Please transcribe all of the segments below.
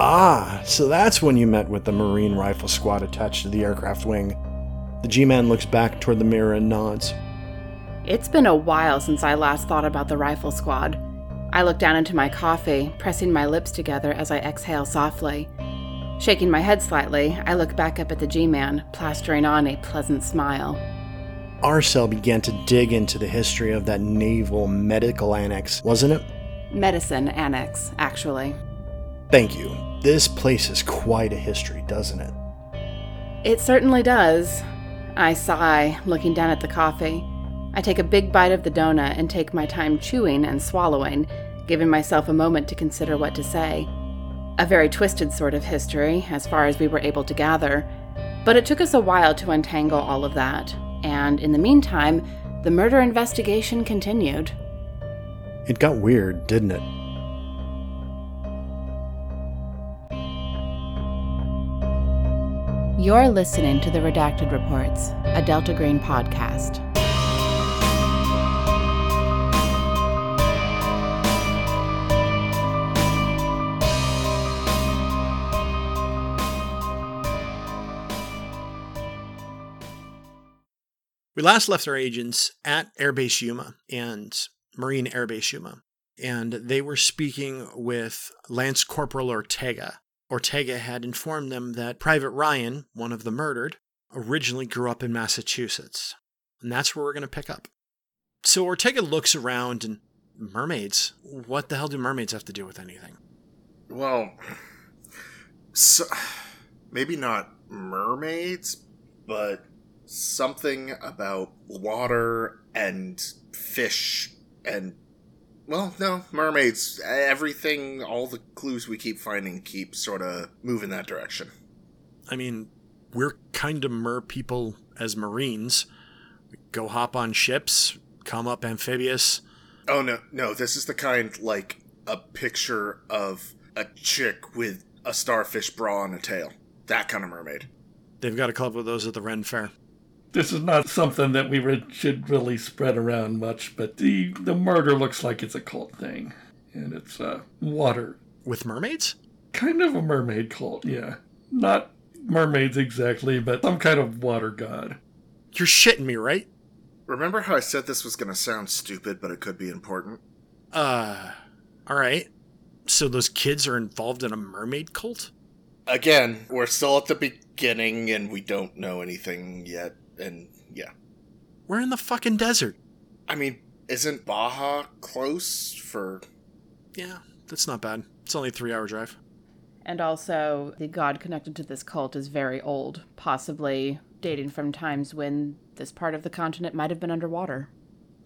Ah, so that's when you met with the Marine Rifle Squad attached to the aircraft wing. The G Man looks back toward the mirror and nods. It's been a while since I last thought about the rifle squad. I look down into my coffee, pressing my lips together as I exhale softly. Shaking my head slightly, I look back up at the G Man, plastering on a pleasant smile. Arcel began to dig into the history of that naval medical annex, wasn't it? Medicine annex, actually. Thank you. This place has quite a history, doesn't it? It certainly does. I sigh, looking down at the coffee. I take a big bite of the donut and take my time chewing and swallowing, giving myself a moment to consider what to say. A very twisted sort of history, as far as we were able to gather. But it took us a while to untangle all of that, and in the meantime, the murder investigation continued. It got weird, didn't it? You're listening to the Redacted Reports, a Delta Green podcast. We last left our agents at Airbase Yuma and Marine Airbase Yuma, and they were speaking with Lance Corporal Ortega. Ortega had informed them that Private Ryan, one of the murdered, originally grew up in Massachusetts. And that's where we're going to pick up. So Ortega looks around and mermaids? What the hell do mermaids have to do with anything? Well, so, maybe not mermaids, but something about water and fish and well no mermaids everything all the clues we keep finding keep sort of moving that direction I mean, we're kind of mer people as Marines. We go hop on ships, come up amphibious. oh no no this is the kind like a picture of a chick with a starfish bra and a tail that kind of mermaid They've got a couple of those at the Ren Fair. This is not something that we re- should really spread around much, but the, the murder looks like it's a cult thing. And it's uh, water. With mermaids? Kind of a mermaid cult, yeah. Not mermaids exactly, but some kind of water god. You're shitting me, right? remember how i said this was going to sound stupid but it could be important Uh, all right. So those kids are involved in a mermaid cult? again, we're still at the beginning and we don't know anything yet. And yeah, We're in the fucking desert. I mean, isn't Baja close for? Yeah, that's not bad. It's only a three hour drive. And also, the god connected to this cult is very old, possibly dating from times when this part of the continent might have been underwater.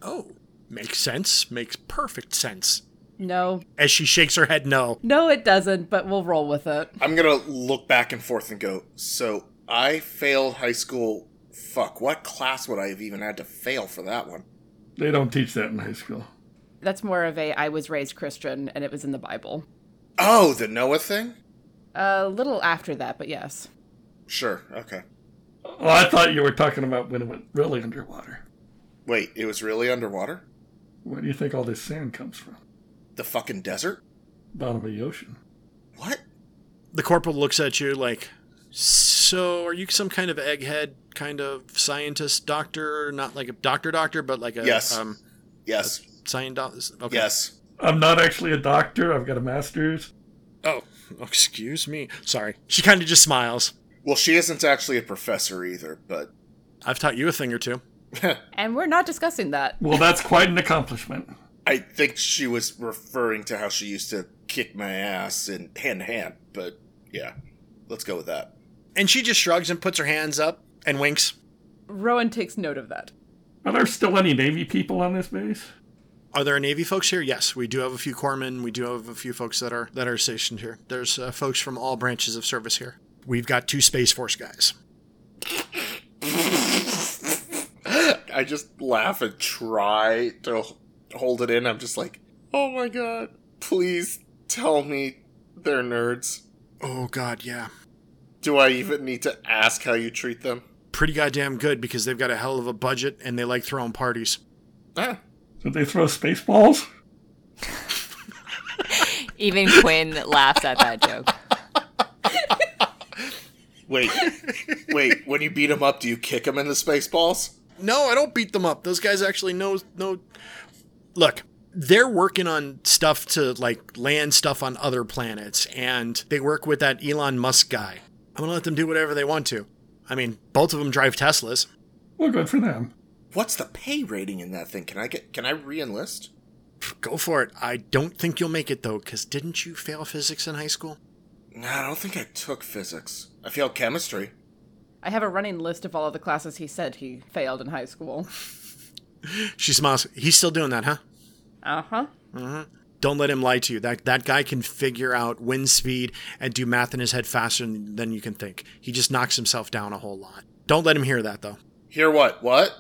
Oh, makes sense. Makes perfect sense. No, As she shakes her head, no. no, it doesn't, but we'll roll with it. I'm gonna look back and forth and go. So I failed high school. Fuck, what class would I have even had to fail for that one? They don't teach that in high school. That's more of a I was raised Christian and it was in the Bible. Oh, the Noah thing. A little after that, but yes. Sure. Okay. Oh, I thought you were talking about when it went really underwater. Wait, it was really underwater. Where do you think all this sand comes from? The fucking desert. Bottom of the ocean. What? The corporal looks at you like, So are you some kind of egghead kind of scientist doctor? Not like a doctor doctor, but like a Yes. um, Yes. scientist? Okay. Yes. I'm not actually a doctor. I've got a master's. Oh, excuse me. Sorry. She kind of just smiles. Well, she isn't actually a professor either, but I've taught you a thing or two. And we're not discussing that. Well, that's quite an accomplishment. I think she was referring to how she used to kick my ass in hand to hand, but yeah, let's go with that. And she just shrugs and puts her hands up and winks. Rowan takes note of that. Are there still any Navy people on this base? Are there Navy folks here? Yes, we do have a few corpsmen. We do have a few folks that are that are stationed here. There's uh, folks from all branches of service here. We've got two Space Force guys. I just laugh and try to h- hold it in. I'm just like, oh my god, please tell me they're nerds. Oh God, yeah, Do I even need to ask how you treat them? pretty goddamn good because they've got a hell of a budget and they like throwing parties. Ah, Did they throw space balls? Even Quinn laughs at that joke. Wait, wait. When you beat him up, do you kick him in the space balls? No, I don't beat them up. Those guys actually know no Look, they're working on stuff to like land stuff on other planets and they work with that Elon Musk guy. I'm going to let them do whatever they want to. I mean, both of them drive Teslas. Well, good for them. What's the pay rating in that thing? Can I get? Can I re-enlist? Pff, Go for it. I don't think you'll make it though cuz didn't you fail physics in high school? No, I don't think I took physics. I failed chemistry. I have a running list of all of the classes he said he failed in high school. She smiles. He's still doing that, huh? Uh Uh-huh. huh. Don't let him lie to you. That that guy can figure out wind speed and do math in his head faster than than you can think. He just knocks himself down a whole lot. Don't let him hear that though. Hear what? What?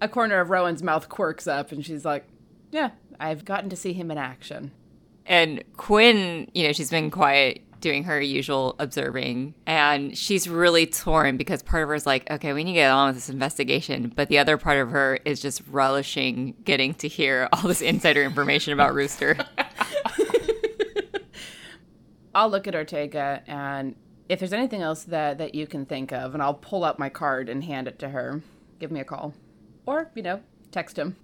A corner of Rowan's mouth quirks up, and she's like, Yeah, I've gotten to see him in action. And Quinn, you know, she's been quiet doing her usual observing and she's really torn because part of her is like, okay, we need to get on with this investigation. But the other part of her is just relishing getting to hear all this insider information about Rooster. I'll look at Ortega, and if there's anything else that, that you can think of, and I'll pull out my card and hand it to her. Give me a call. Or, you know, text him.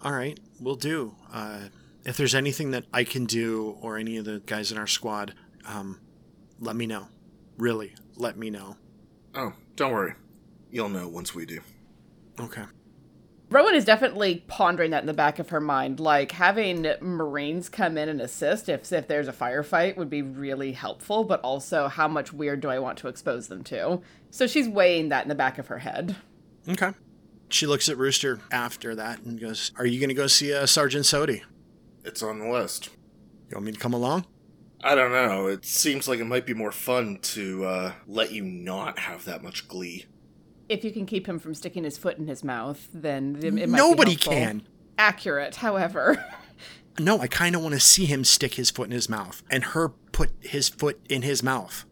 All right, we'll do. Uh, if there's anything that I can do or any of the guys in our squad, um, let me know. Really, let me know. Oh, don't worry. You'll know once we do. Okay. Rowan is definitely pondering that in the back of her mind. Like having Marines come in and assist if if there's a firefight would be really helpful, but also how much weird do I want to expose them to? So she's weighing that in the back of her head. Okay. She looks at Rooster after that and goes, "Are you going to go see uh, Sergeant Sodi? It's on the list. You want me to come along?" I don't know. It seems like it might be more fun to uh, let you not have that much glee. If you can keep him from sticking his foot in his mouth, then it might be Nobody helpful. can. Accurate, however. No, I kind of want to see him stick his foot in his mouth and her put his foot in his mouth.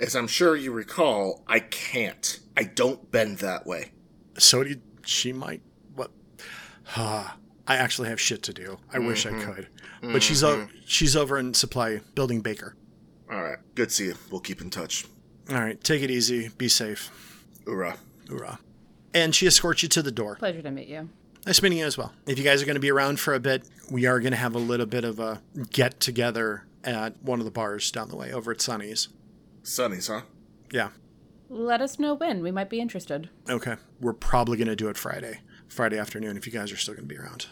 As I'm sure you recall, I can't. I don't bend that way. So did she might what Ah, I actually have shit to do. I wish I could. But she's o- she's over in supply building Baker. All right. Good see you. We'll keep in touch. All right, take it easy. Be safe. Hoorah. Hoorah. And she escorts you to the door. Pleasure to meet you. Nice meeting you as well. If you guys are going to be around for a bit, we are going to have a little bit of a get together at one of the bars down the way over at Sunny's. Sunny's, huh? Yeah. Let us know when we might be interested. Okay. We're probably going to do it Friday, Friday afternoon if you guys are still going to be around.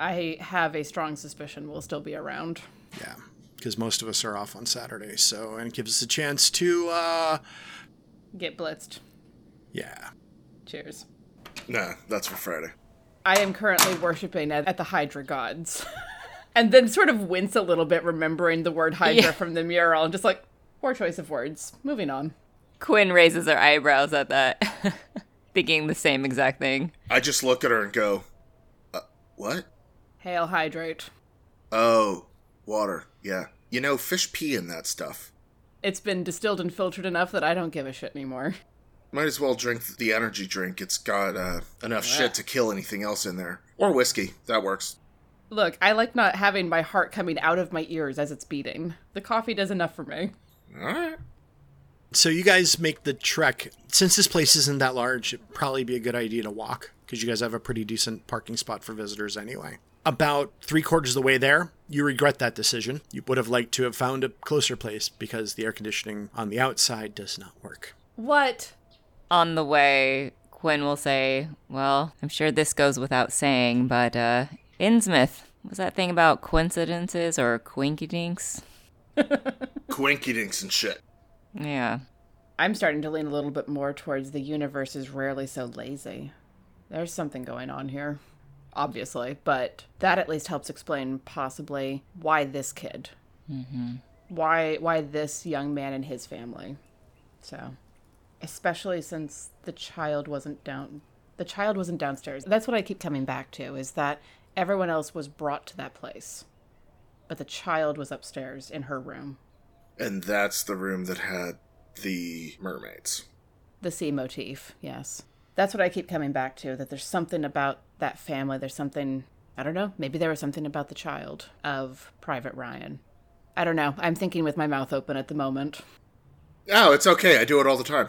I have a strong suspicion we'll still be around. Yeah, because most of us are off on Saturday, so and it gives us a chance to, uh, Get blitzed. yeah. Cheers. Nah, that's for Friday. I am currently worshiping at, at the Hydra gods. and then sort of wince a little bit remembering the word Hydra Yeah. from the mural and just like, poor choice of words. Moving on. Quinn raises her eyebrows at that, thinking the same exact thing. I just look at her and go, uh, what? Hail Hydrate. Oh, water. Yeah. You know, fish pee in that stuff. It's been distilled and filtered enough that I don't give a shit anymore. Might as well drink the energy drink. It's got uh, enough shit to kill anything else in there. Or whiskey. That works. Look, I like not having my heart coming out of my ears as it's beating. The coffee does enough for me. All right. So you guys make the trek. Since this place isn't that large, it'd probably be a good idea to walk because you guys have a pretty decent parking spot for visitors anyway. About three quarters of the way there, you regret that decision. You would have liked to have found a closer place because the air conditioning on the outside does not work. What? On the way, Quinn will say, well, I'm sure this goes without saying, but uh, Innsmouth, was that thing about coincidences or quinkydinks? Quinky dinks and shit. Yeah. I'm starting to lean a little bit more towards the universe is rarely so lazy. There's something going on here, obviously, but that at least helps explain possibly why this kid, mm-hmm. why why this young man and his family. So, especially since the child wasn't down, the child wasn't downstairs. That's what I keep coming back to is that everyone else was brought to that place, but the child was upstairs in her room, And that's the room that had the mermaids. the sea motif yes that's what i keep coming back to that there's something about that family there's something i don't know maybe there was something about the child of private ryan i don't know i'm thinking with my mouth open at the moment Oh, it's okay. I do it all the time.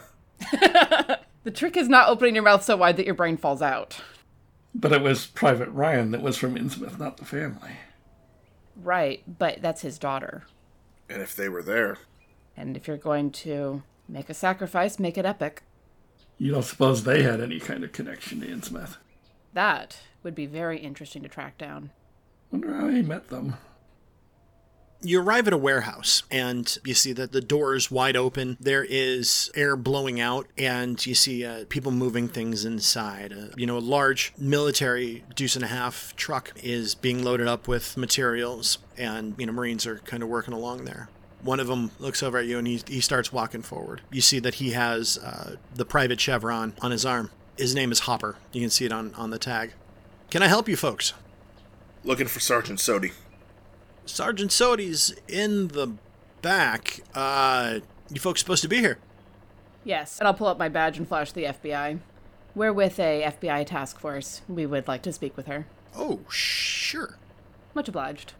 The trick is not opening your mouth so wide that your brain falls out. But it was Private Ryan that was from Innsmouth, not the family. Right, but that's his daughter. And if they were there, And if you're going to make a sacrifice, make it epic. You don't suppose they had any kind of connection to Innsmouth? That would be very interesting to track down. Wonder how he met them. You arrive at a warehouse and you see that the door is wide open. There is air blowing out, and you see uh, people moving things inside. Uh, you know, a large military deuce and a half truck is being loaded up with materials, and you know, Marines are kind of working along there. One of them looks over at you and he, he starts walking forward. You see that he has uh, the private chevron on his arm. His name is Hopper. You can see it on, on the tag. Can I help you folks? looking for Sergeant Sodi. Sergeant Sody's in the back. Uh, you folks supposed to be here. Yes, and I'll pull up my badge and flash the FBI. We're with a FBI task force. We would like to speak with her. Oh, sure. Much obliged.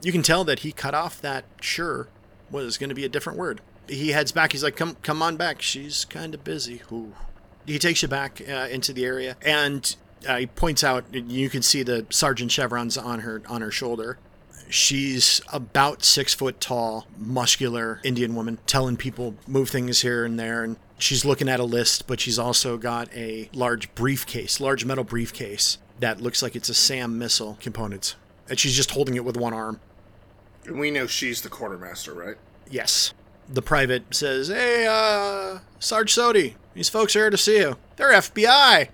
You can tell that he cut off that sure was going to be a different word. He heads back. He's like, "Come, come on back. She's kind of busy." Ooh. He takes you back uh, into the area, and uh, he points out. You can see the sergeant chevrons on her on her shoulder. She's about six foot tall, muscular Indian woman, telling people move things here and there. And she's looking at a list, but she's also got a large briefcase, large metal briefcase that looks like it's a SAM missile components. And she's just holding it with one arm. And we know she's the quartermaster, right? Yes. The private says, Hey, uh, Sarge Sodi, these folks are here to see you. They're FBI.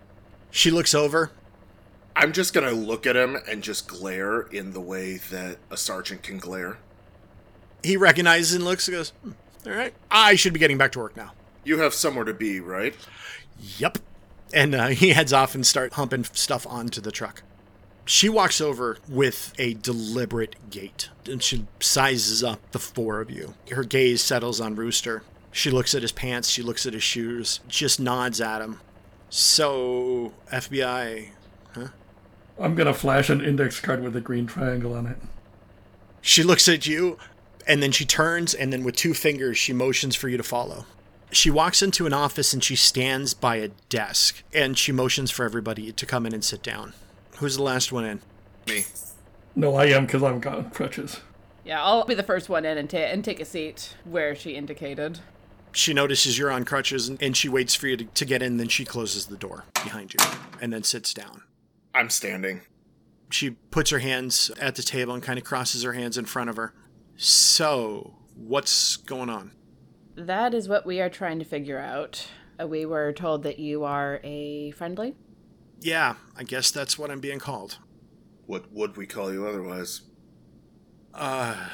She looks over. I'm just gonna look at him and just glare in the way that a sergeant can glare. He recognizes and looks and goes, hmm, All right, I should be getting back to work now. You have somewhere to be, right? Yep. And uh, he heads off and starts humping stuff onto the truck. She walks over with a deliberate gait and she sizes up the four of you. Her gaze settles on Rooster. She looks at his pants, she looks at his shoes, just nods at him. So, FBI, I'm gonna flash an index card with a green triangle on it. She looks at you, and then she turns, and then with two fingers, she motions for you to follow. She walks into an office and she stands by a desk, and she motions for everybody to come in and sit down. Who's the last one in? Me. No, I am because I'm on crutches. Yeah, I'll be the first one in and, ta- and take a seat where she indicated. She notices you're on crutches and, and she waits for you to, to get in, then she closes the door behind you and then sits down. I'm standing. She puts her hands at the table and kind of crosses her hands in front of her. So, what's going on? That is what we are trying to figure out. Uh, We were told that you are a friendly. Yeah, I guess that's what I'm being called. What would we call you otherwise? Uh,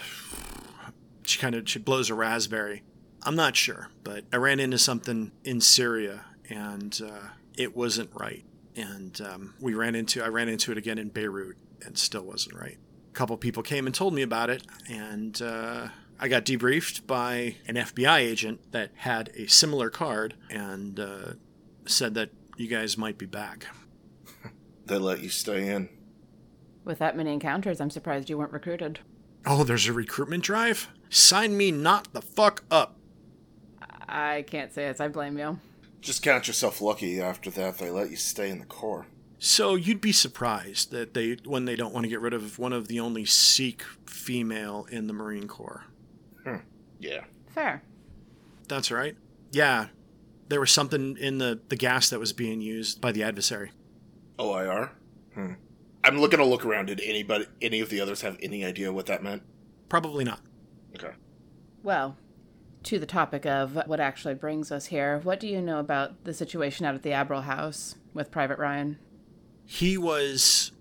she kind of she blows a raspberry. I'm not sure, but I ran into something in Syria, and uh, it wasn't right. And um, we ran into I ran into it again in Beirut, and still wasn't right. A couple people came and told me about it, and uh, I got debriefed by an FBI agent that had a similar card and uh, said that you guys might be back. They let you stay in. With that many encounters, I'm surprised you weren't recruited. Oh, there's a recruitment drive. Sign me not the fuck up. I can't say this. I blame you. Just count yourself lucky after that they let you stay in the Corps. So you'd be surprised that they when they don't want to get rid of one of the only Sikh female in the Marine Corps. Yeah. Fair. That's right. Yeah. There was something in the, the gas that was being used by the adversary. OIR? Hmm. I'm looking to look around. Did anybody, any of the others have any idea what that meant? Probably not. Okay. Well, to the topic of what actually brings us here, what do you know about the situation out at the Abril House with Private Ryan? He was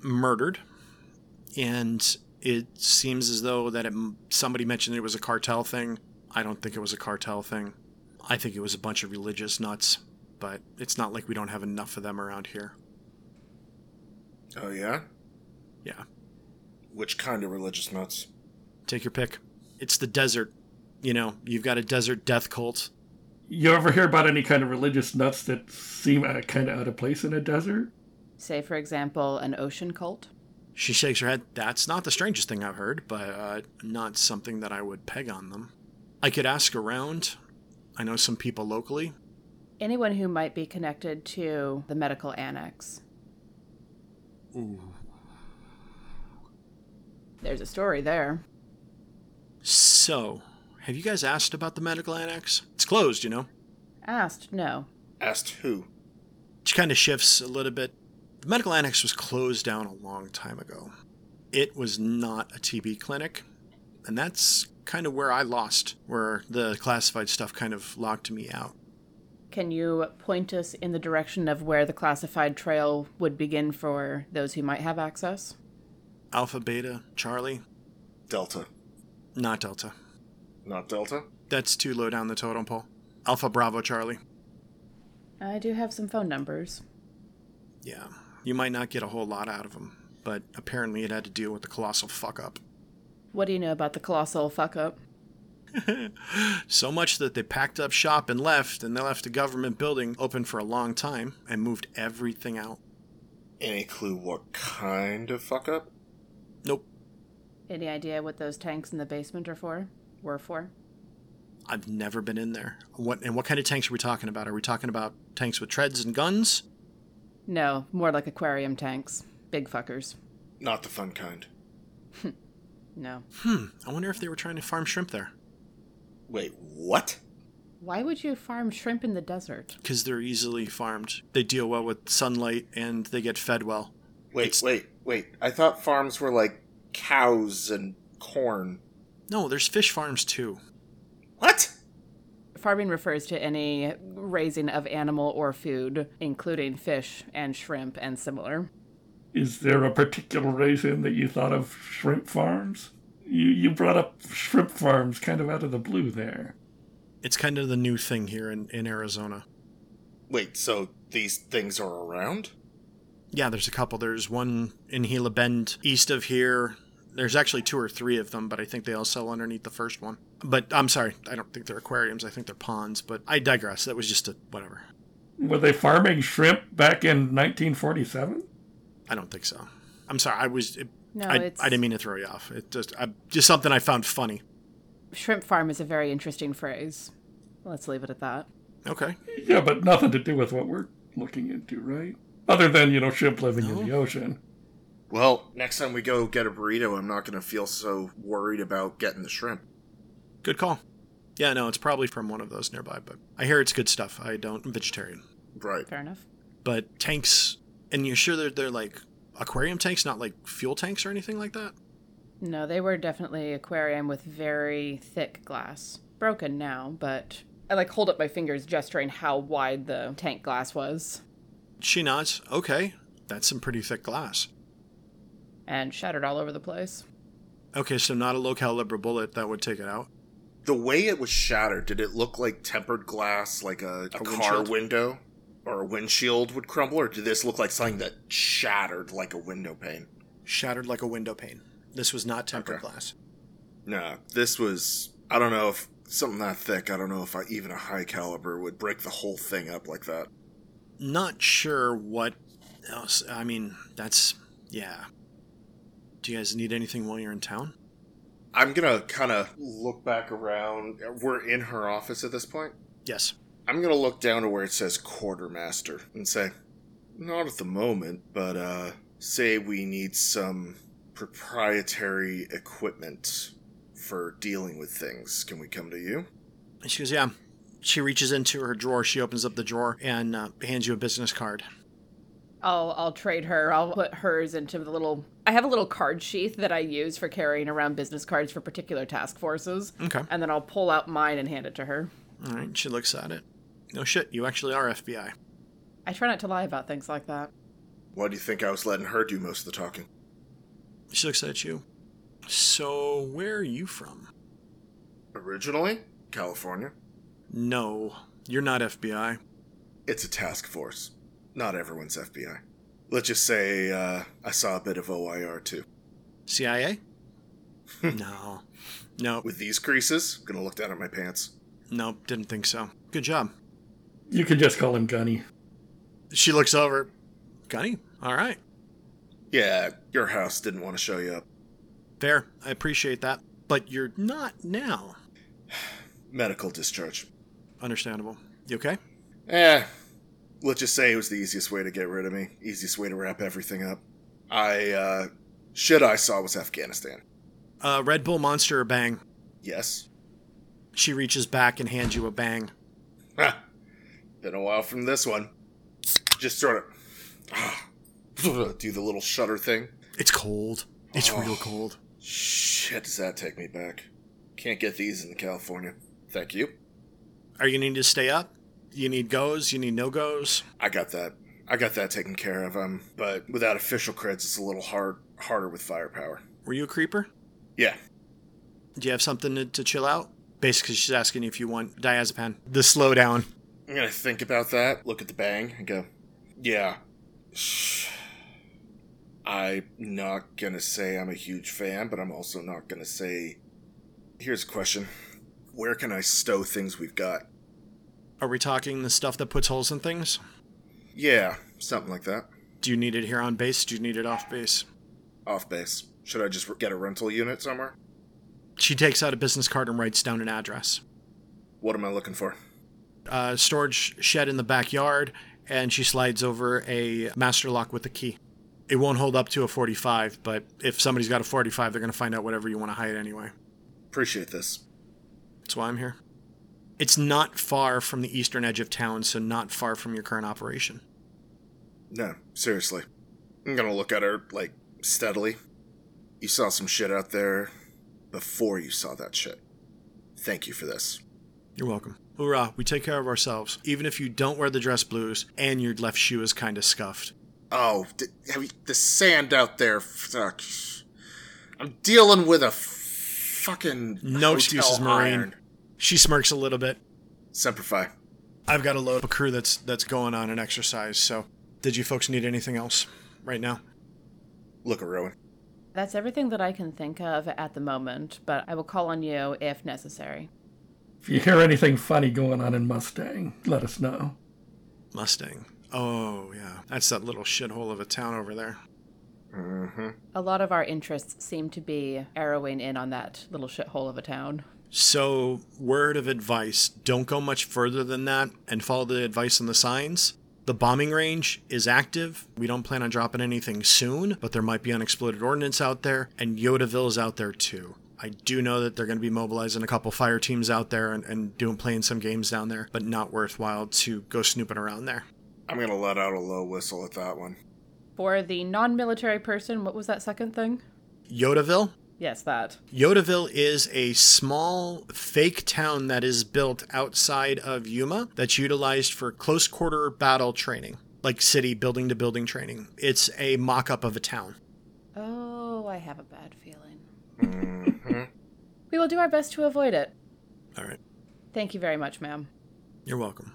murdered, and it seems as though that it, somebody mentioned it was a cartel thing. I don't think it was a cartel thing. I think it was a bunch of religious nuts, but it's not like we don't have enough of them around here. Oh, yeah? Yeah. Which kind of religious nuts? Take your pick. It's the desert. You know, you've got a desert death cult. You ever hear about any kind of religious nuts that seem uh, kind of out of place in a desert? Say, for example, an ocean cult? She shakes her head. That's not the strangest thing I've heard, but uh, not something that I would peg on them. I could ask around. I know some people locally. Anyone who might be connected to the medical annex. There's a story there. So, have you guys asked about the medical annex? It's closed, you know. Asked, no. Asked who? Which kind of shifts a little bit. The medical annex was closed down a long time ago. It was not a TB clinic, and that's kind of where I lost, where the classified stuff kind of locked me out. Can you point us in the direction of where the classified trail would begin for those who might have access? Alpha, Beta, Charlie, Delta. not Delta. Not Delta? That's too low down the totem pole. Alpha, Bravo, Charlie. I do have some phone numbers. Yeah, you might not get a whole lot out of them, but apparently it had to deal with the colossal fuck up. What do you know about the colossal fuck up? So much that they packed up shop and left, and they left the government building open for a long time and moved everything out. Any clue what kind of fuck up? Nope, Any idea what those tanks in the basement are for? Were for? I've never been in there. What and what kind of tanks are we talking about? Are we talking about tanks with treads and guns? No, more like aquarium tanks. Big fuckers. Not the fun kind. No. Hmm, I wonder if they were trying to farm shrimp there. Wait, what? Why would you farm shrimp in the desert? Because they're easily farmed. They deal well with sunlight and they get fed well. Wait, It's- wait, wait. I thought farms were like cows and corn. No, there's fish farms too. What? Farming refers to any raising of animal or food, including fish and shrimp and similar. Is there a particular reason that you thought of shrimp farms? You, you brought up shrimp farms kind of out of the blue there. It's kind of the new thing here in, in Arizona. Wait, so these things are around? Yeah, there's a couple. There's one in Gila Bend east of here. There's actually two or three of them, but I think they all sell underneath the first one. But I'm sorry, I don't think they're aquariums. I think they're ponds, but I digress. That was just a whatever. Were they farming shrimp back in 1947? I don't think so. I'm sorry. I was. It, No, I, it's I didn't mean to throw you off. It just I, just something I found funny. shrimp farm is a very interesting phrase. Let's leave it at that. Okay. Yeah, but nothing to do with what we're looking into, right? Other than, you know, shrimp living No. in the ocean. Well, next time we go get a burrito, I'm not going to feel so worried about getting the shrimp. Good call. Yeah, no, it's probably from one of those nearby, but I hear it's good stuff. I don't I'm vegetarian. Right. Fair enough. But tanks and you're sure they're they're like aquarium tanks, not like fuel tanks or anything like that? No, they were definitely aquarium with very thick glass. Broken now, but I like hold up my fingers gesturing how wide the tank glass was She nods. Okay. That's some pretty thick glass. and shattered all over the place. Okay, so not a low caliber bullet that would take it out. The way it was shattered, did it look like tempered glass, like a, a, car windshield? window or a windshield would crumble, or did this look like something that shattered like a window pane? Shattered like a window pane. This was not tempered Okay. glass. No, this was. I don't know if something that thick. I don't know if I, even a high caliber would break the whole thing up like that. Not sure what else. I mean, that's yeah. Do you guys need anything while you're in town? I'm gonna kind of look back around. We're in her office at this point. Yes. I'm gonna look down to where it says quartermaster and say, not at the moment, but uh, say we need some proprietary equipment for dealing with things. Can we come to you? And she goes, yeah. She reaches into her drawer. She opens up the drawer and uh, hands you a business card. I'll I'll trade her. I'll put hers into the little. I have a little card sheath that I use for carrying around business cards for particular task forces, Okay. and then I'll pull out mine and hand it to her. All right. She looks at it. No shit. You actually are FBI. I try not to lie about things like that. Why do you think I was letting her do most of the talking? She looks at you. So where are you from? Originally, California. No, you're not FBI. It's a task force. Not everyone's FBI. Let's just say uh, I saw a bit of OIR too. CIA? no. No. With these creases, gonna look down at my pants. No. Didn't think so. Good job. You can just call him Gunny. She looks over. Gunny. All right. Yeah, your house didn't want to show you up. Fair. I appreciate that. But you're not now. Medical discharge. Understandable. You okay? Eh. Let's just say it was the easiest way to get rid of me. Easiest way to wrap everything up. I, uh, shit I saw was Afghanistan. Uh, Red Bull Monster Bang. Yes. She reaches back and hands you a bang. Ha. Been a while from this one. Just sort of do the little shudder thing. It's cold. It's Oh. real cold. Shit, does that take me back? Can't get these in California. Thank you. Are you going to need to stay up? You need goes? You need no goes? I got that. I got that taken care of. Um, but without official creds, it's a little hard, harder with firepower. Were you a creeper? Yeah. Do you have something to, to chill out? Basically, she's asking if you want diazepam. The slowdown. I'm gonna think about that, look at the bang, and go, yeah. Shh. I'm not gonna say I'm a huge fan, but I'm also not gonna say. Here's a question Where can I stow things we've got? Are we talking the stuff that puts holes in things? Yeah, something like that. Do you need it here on base? Do you need it off base? Off base. Should I just get a rental unit somewhere? She takes out a business card and writes down an address. What am I looking for? Uh, storage shed in the backyard, and she slides over a master lock with a key. It won't hold up to a 45, but if somebody's got a 45, they're going to find out whatever you want to hide anyway. Appreciate this. That's why I'm here. It's not far from the eastern edge of town, so not far from your current operation. No, seriously. I'm gonna look at her, like, steadily. You saw some shit out there before you saw that shit. Thank you for this. You're welcome. Hoorah, we take care of ourselves, even if you don't wear the dress blues and your left shoe is kind of scuffed. Oh, d- have you, the sand out there. Fuck. I'm dealing with a fucking. No hotel excuses, Marine. iron. She smirks a little bit. Semper Fi. I've got a load of crew that's that's going on an exercise, so did you folks need anything else right now? Look, Rowan. That's everything that I can think of at the moment, but I will call on you if necessary. If you hear anything funny going on in Mustang, let us know. Mustang. Oh yeah. That's that little shithole of a town over there. Mm-hmm. A lot of our interests seem to be arrowing in on that little shithole of a town. So word of advice, don't go much further than that and follow the advice on the signs. The bombing range is active. We don't plan on dropping anything soon, but there might be unexploded ordnance out there, and Yodaville's out there too. I do know that they're going to be mobilizing a couple fire teams out there and, and doing playing some games down there, but not worthwhile to go snooping around there. I'm gonna let out a low whistle at that one. For the non military person, what was that second thing? Yodaville? Yes, that. Yodaville is a small fake town that is built outside of Yuma that's utilized for close quarter battle training, like city building to building training. It's a mock up of a town. Oh, I have a bad feeling. hmm We will do our best to avoid it. All right. Thank you very much, ma'am. You're welcome.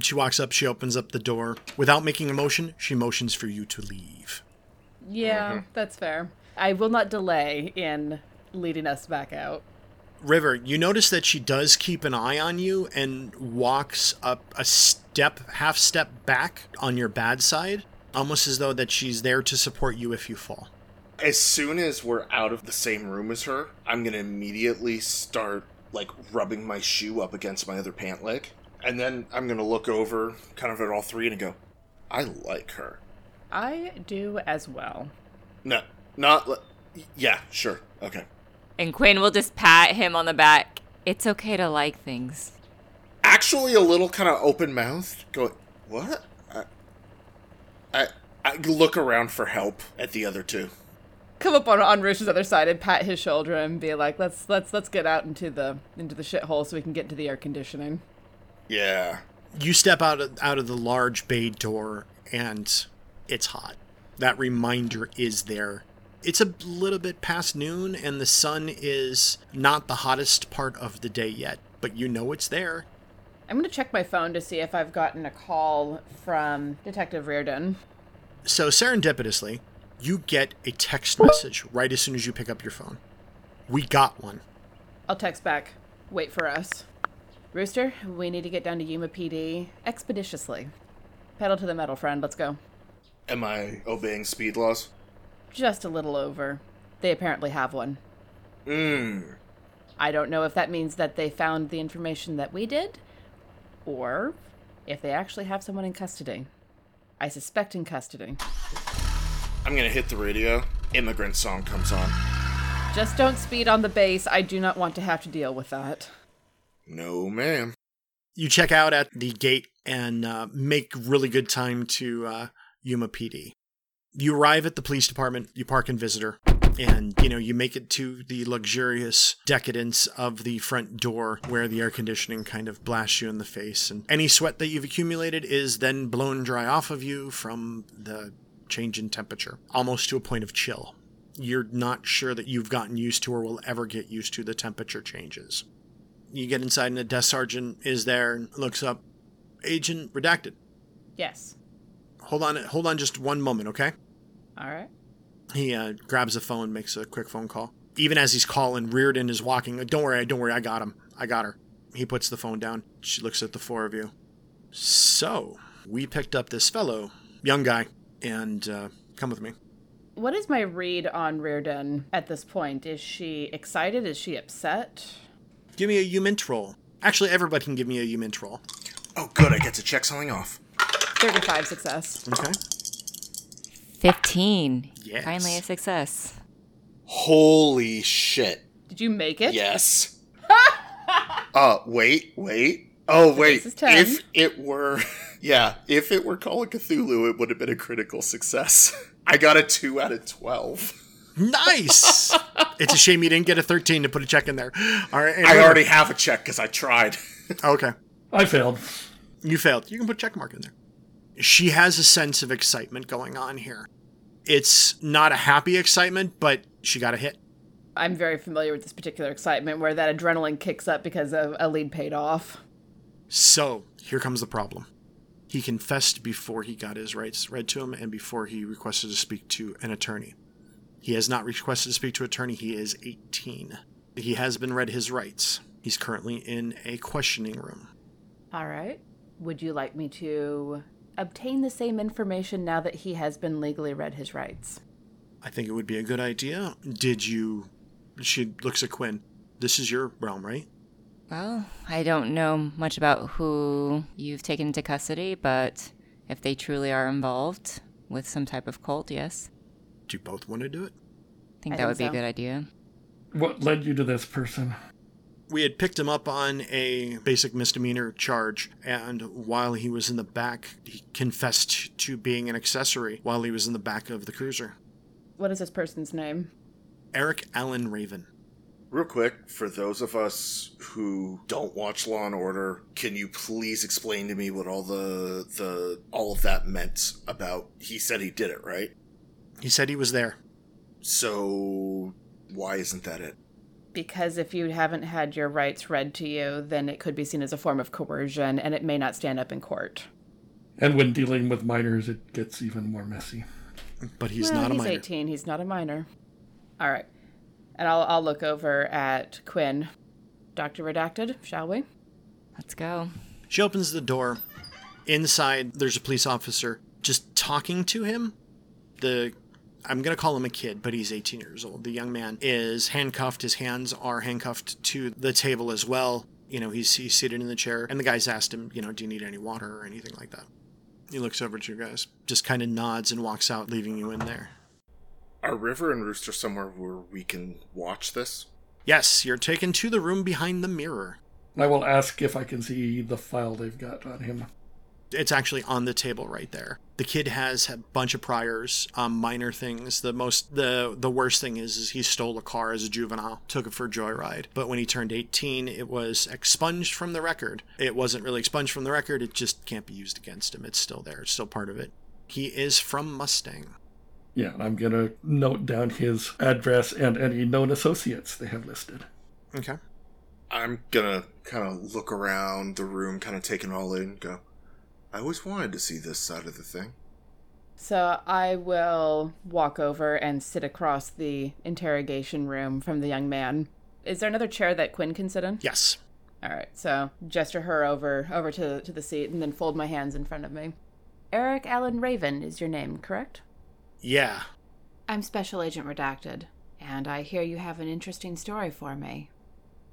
She walks up, she opens up the door. Without making a motion, she motions for you to leave. Yeah, that's fair. I will not delay in leading us back out. River, you notice that she does keep an eye on you and walks up a step, half step back on your bad side, almost as though that she's there to support you if you fall. As soon as we're out of the same room as her, I'm gonna immediately start like rubbing my shoe up against my other pant leg, and then I'm gonna look over, kind of at all three, and go, "I like her." I do as well. No, not. Li- yeah, sure, okay. And Quinn will just pat him on the back. It's okay to like things. Actually, a little kind of open mouthed, going, "What?" I, I, I look around for help at the other two. Come up on on Rish's other side and pat his shoulder and be like, "Let's let's let's get out into the into the shithole so we can get to the air conditioning." Yeah, you step out of, out of the large bay door and it's hot that reminder is there it's a little bit past noon and the sun is not the hottest part of the day yet but you know it's there I'm gonna check my phone to see if I've gotten a call from Detective Reardon. so serendipitously you get a text message right as soon as you pick up your phone we got one I'll text back. Wait for us. Rooster, we need to get down to Yuma PD expeditiously. Pedal to the metal, friend. Let's go. am I obeying speed laws? Just a little over. They apparently have one. Mmm. I don't know if that means that they found the information that we did or if they actually have someone in custody. I suspect in custody. I'm gonna hit the radio. Immigrant song comes on. Just don't speed on the base. I do not want to have to deal with that. No, ma'am. You check out at the gate and uh, make really good time to uh, Yuma PD. You arrive at the police department, you park and visitor, and you know you make it to the luxurious decadence of the front door where the air conditioning kind of blasts you in the face, and any sweat that you've accumulated is then blown dry off of you from the change in temperature, almost to a point of chill. You're not sure that you've gotten used to or will ever get used to the temperature changes. You get inside, and a desk sergeant is there and looks up. Agent redacted. Yes. Hold on, hold on, just one moment, okay? All right. He uh, grabs the phone, makes a quick phone call. Even as he's calling, Reardon is walking. Don't worry, don't worry, I got him. I got her. He puts the phone down. She looks at the four of you. So, we picked up this fellow, young guy, and uh, come with me. What is my read on Reardon at this point? Is she excited? Is she upset? Give me a humint roll. Actually, everybody can give me a humint roll. Oh, good. I get to check something off. 35 success. Okay. 15. Yes. Finally a success. Holy shit. Did you make it? Yes. uh, wait, wait. Oh, wait. this is 10. If it were, yeah, if it were Call of Cthulhu, it would have been a critical success. I got a 2 out of 12. Nice. it's a shame you didn't get a 13 to put a check in there. All right. and- I already have a check because I tried. Okay. I failed. You failed. You can put check mark in there. She has a sense of excitement going on here. It's not a happy excitement, but she got a hit. I'm very familiar with this particular excitement where that adrenaline kicks up because of a lead paid off. So here comes the problem. He confessed before he got his rights read to him and before he requested to speak to an attorney. He has not requested to speak to attorney. He is 18. He has been read his rights. He's currently in a questioning room. All right. Would you like me to obtain the same information now that he has been legally read his rights? I think it would be a good idea. Did you? She looks at Quinn. This is your realm, right? Well, I don't know much about who you've taken into custody, but if they truly are involved with some type of cult, yes. Do you both want to do it? I think I that would think be so. a good idea. What led you to this person? we had picked him up on a basic misdemeanor charge, and while he was in the back, he confessed to being an accessory while he was in the back of the cruiser. What is this person's name? Eric Allen Raven. Real quick, for those of us who don't watch Law and Order, can you please explain to me what all the the all of that meant about he said he did it, right? He said he was there. So why isn't that it? Because if you haven't had your rights read to you, then it could be seen as a form of coercion and it may not stand up in court. And when dealing with minors, it gets even more messy. But he's Well, not a minor. He's 18. He's not a minor. All right. And I'll, I'll look over at Quinn. Dr. Redacted, shall we? Let's go. She opens the door. Inside, there's a police officer just talking to him. The I'm going to call him a kid, but he's 18 years old. The young man is handcuffed. His hands are handcuffed to the table as well. You know, he's, he's seated in the chair, and the guy's asked him, you know, do you need any water or anything like that? He looks over at you guys, just kind of nods and walks out, leaving you in there. Are River and Rooster somewhere where we can watch this? Yes, you're taken to the room behind the mirror. I will ask if I can see the file they've got on him. it's actually on the table right there. The kid has a bunch of priors, um, minor things. The most, the the worst thing is, is he stole a car as a juvenile, took it for a joyride. But when he turned 18, it was expunged from the record. It wasn't really expunged from the record. It just can't be used against him. It's still there. It's still part of it. He is from Mustang. Yeah, and I'm going to note down his address and any known associates they have listed. Okay. I'm gonna kind of look around the room, kind of take it all in. Go. I always wanted to see this side of the thing. So I will walk over and sit across the interrogation room from the young man. Is there another chair that Quinn can sit in? Yes. All right. So gesture her over over to to the seat and then fold my hands in front of me. Eric Allen Raven is your name, correct? Yeah. I'm Special Agent Redacted, and I hear you have an interesting story for me.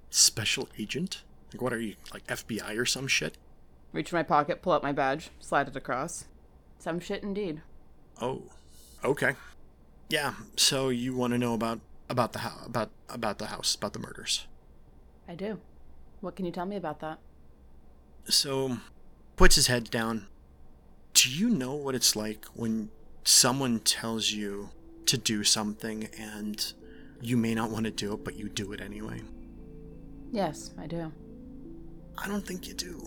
Special agent? Like, what are you, like FBI or some shit? Reach in my pocket, pull out my badge, slide it across. Some shit indeed. Oh, okay. Yeah. So you want to know about about the house, about about the house, about the murders. I do. What can you tell me about that? So, puts his head down. Do you know what it's like when someone tells you to do something and you may not want to do it, but you do it anyway? Yes, I do. I don't think you do.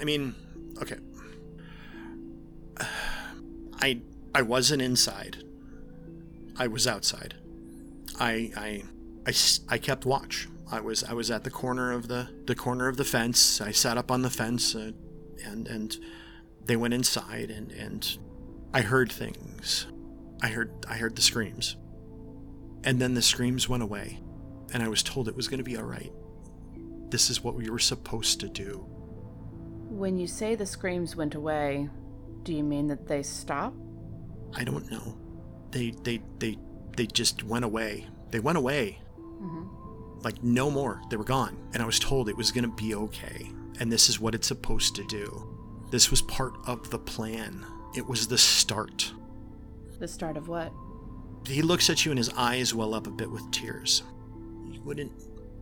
I mean, okay. I I wasn't inside. I was outside. I I I, s- I kept watch. I was I was at the corner of the the corner of the fence. I sat up on the fence uh, and and they went inside and and I heard things. I heard I heard the screams. And then the screams went away and I was told it was going to be all right. This is what we were supposed to do. When you say the screams went away, do you mean that they stopped? I don't know. They they they they just went away. They went away. Mm-hmm. Like no more. They were gone. And I was told it was going to be okay. And this is what it's supposed to do. This was part of the plan. It was the start. The start of what? He looks at you and his eyes well up a bit with tears. You wouldn't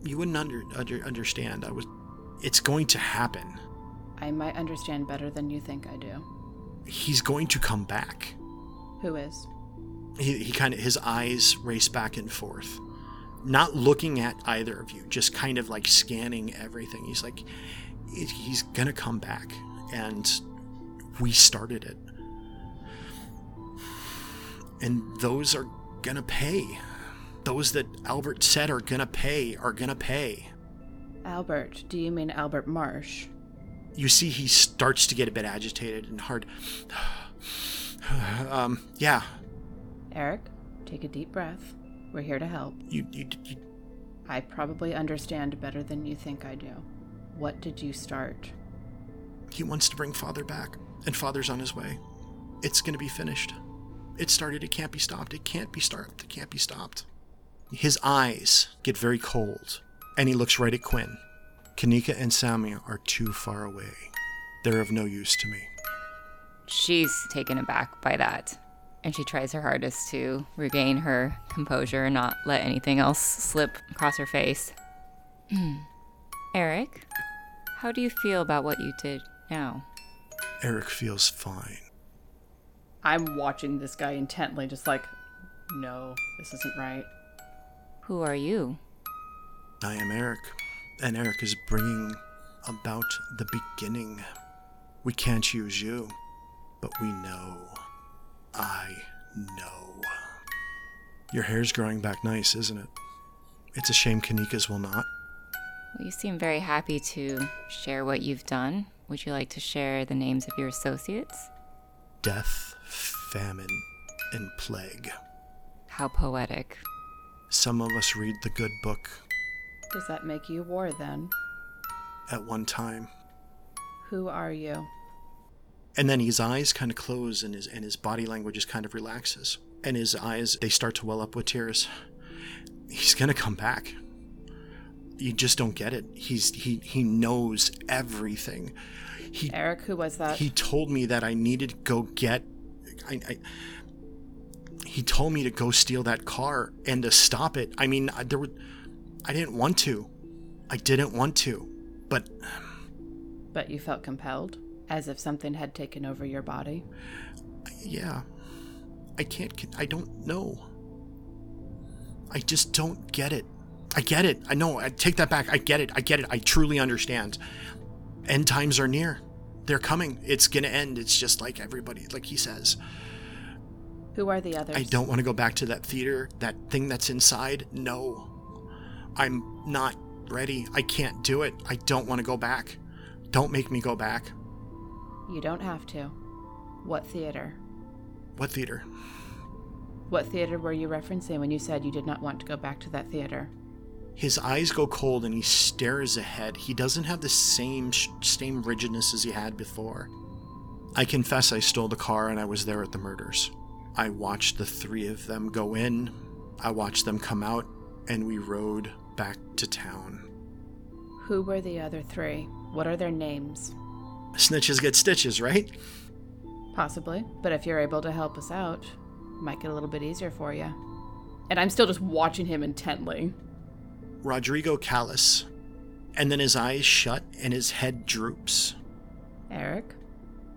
you wouldn't under, under understand. I was it's going to happen. I might understand better than you think I do. He's going to come back. Who is? he, he kind of his eyes race back and forth not looking at either of you just kind of like scanning everything he's like "He- he's gonna come back and we started it and those are gonna pay those that albert said are gonna pay are gonna pay Albert. Do you mean Albert Marsh? you see he starts to get a bit agitated and hard um yeah Eric, take a deep breath. We're here to help. you, you, you I probably understand better than you think I do. What did you start? He wants to bring Father back, and Father's on his way. It's going to be finished. It started, it can't be stopped, it can't be stopped, it can't be stopped. His eyes get very cold, and he looks right at Quinn. Kanika and Samia are too far away. They're of no use to me. She's taken aback by that. And she tries her hardest to regain her composure and not let anything else slip across her face. Eric, how do you feel about what you did now? Eric feels fine. I'm watching this guy intently, just like, no, this isn't right. Who are you? I am Eric, and Eric is bringing about the beginning. We can't use you, but we know. I know. Your hair's growing back nice, isn't it? It's a shame Kanika's will not. Well, you seem very happy to share what you've done. Would you like to share the names of your associates? Death, famine, and plague. How poetic. Some of us read the good book Does that make you war then? at one time. Who are you? And then his eyes kind of close and his and his body language just kind of relaxes. And his eyes they start to well up with tears. He's gonna come back. You just don't get it. He's he he knows everything. He Eric, who was that? he told me that I needed to go get I, I he told me to go steal that car and to stop it. I mean, I, there were I didn't want to. I didn't want to. But But you felt compelled, as if something had taken over your body. Yeah. I can't. con- I don't know. I just don't get it. I get it. I know. I take that back. I get it. I get it. I truly understand. End times are near. They're coming. It's going to end. It's just like everybody, like he says. Who are the others? I don't want to go back to that theater, that thing that's inside. No. I'm not ready. I can't do it. I don't want to go back. Don't make me go back. You don't have to. What theater? What theater? What theater were you referencing when you said you did not want to go back to that theater? His eyes go cold and he stares ahead. He doesn't have the same sh- same rigidness as he had before. I confess I stole the car and I was there at the murders. I watched the three of them go in. I watched them come out and we rode back to town. Who were the other three? What are their names? Snitches get stitches, right? Possibly, but if you're able to help us out, it might get a little bit easier for you. And I'm still just watching him intently. Rodrigo Callis. And then his eyes shut and his head droops. Eric?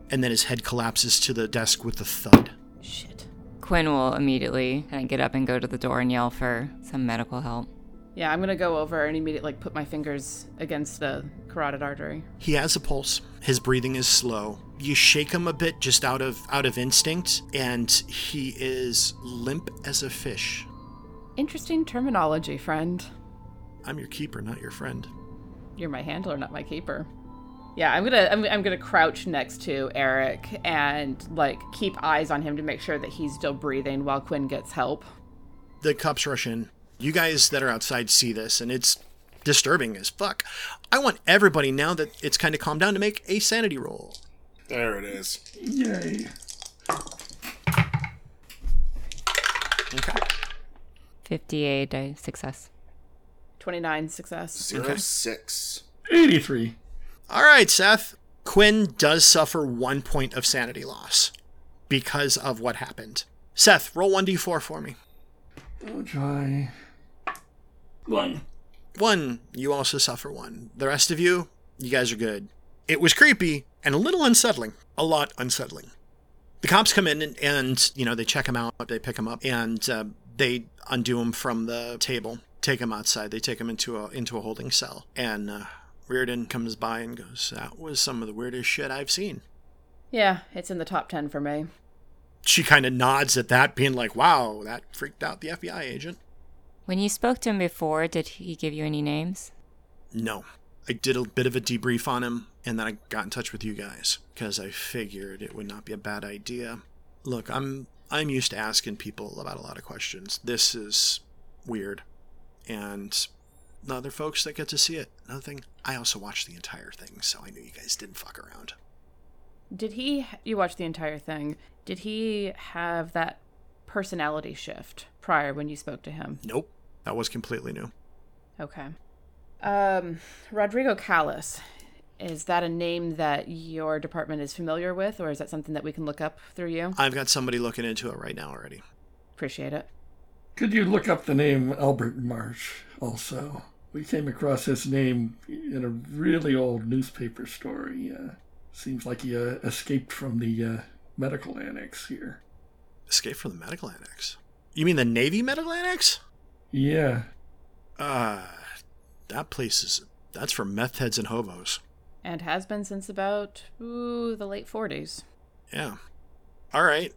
And then his head collapses to the desk with a thud. Shit. Quinn will immediately kind of get up and go to the door and yell for some medical help. Yeah, I'm gonna go over and immediately like put my fingers against the carotid artery. He has a pulse. His breathing is slow. You shake him a bit just out of out of instinct and he is limp as a fish. Interesting terminology, friend. I'm your keeper, not your friend. You're my handler, not my keeper. Yeah, I'm gonna I'm, I'm gonna crouch next to Eric and like keep eyes on him to make sure that he's still breathing while Quinn gets help. The cops rush in. You guys that are outside see this and it's disturbing as fuck. I want everybody now that it's kind of calmed down to make a sanity roll. There it is. Yay. Okay. 58 uh, success. 29 success. Zero Okay. six. 83. All right, Seth. Quinn does suffer one point of sanity loss because of what happened. Seth, roll 1d4 for me. I'll try. One. One, you also suffer one. The rest of you, you guys are good. It was creepy and a little unsettling. A lot unsettling. The cops come in and, and you know, they check him out, they pick him up, and uh, they undo him from the table, take him outside. They take him into a, into a holding cell. And uh, Reardon comes by and goes, That was some of the weirdest shit I've seen. Yeah, it's in the top 10 for me. she kind of nods at that, being like, wow, that freaked out the FBI agent. When you spoke to him before, did he give you any names? No. I did a bit of a debrief on him, and then I got in touch with you guys because I figured it would not be a bad idea. Look, I'm I'm used to asking people about a lot of questions. This is weird, and the other folks that get to see it. Another thing, I also watched the entire thing, so I knew you guys didn't fuck around. Did he you watched the entire thing? Did he have that personality shift prior when you spoke to him? Nope, that was completely new. Okay. Um Rodrigo Callis. Is that a name that your department is familiar with or is that something that we can look up through you? I've got somebody looking into it right now already. Appreciate it. Could you look up the name Albert Marsh also? We came across his name in a really old newspaper story. Uh, seems like he uh, escaped from the uh, medical annex here. Escape from the medical annex. You mean the Navy medical annex? Yeah, Uh, that place is. That's for meth heads and hobos. And has been since about ooh, the late 40s. Yeah. All right.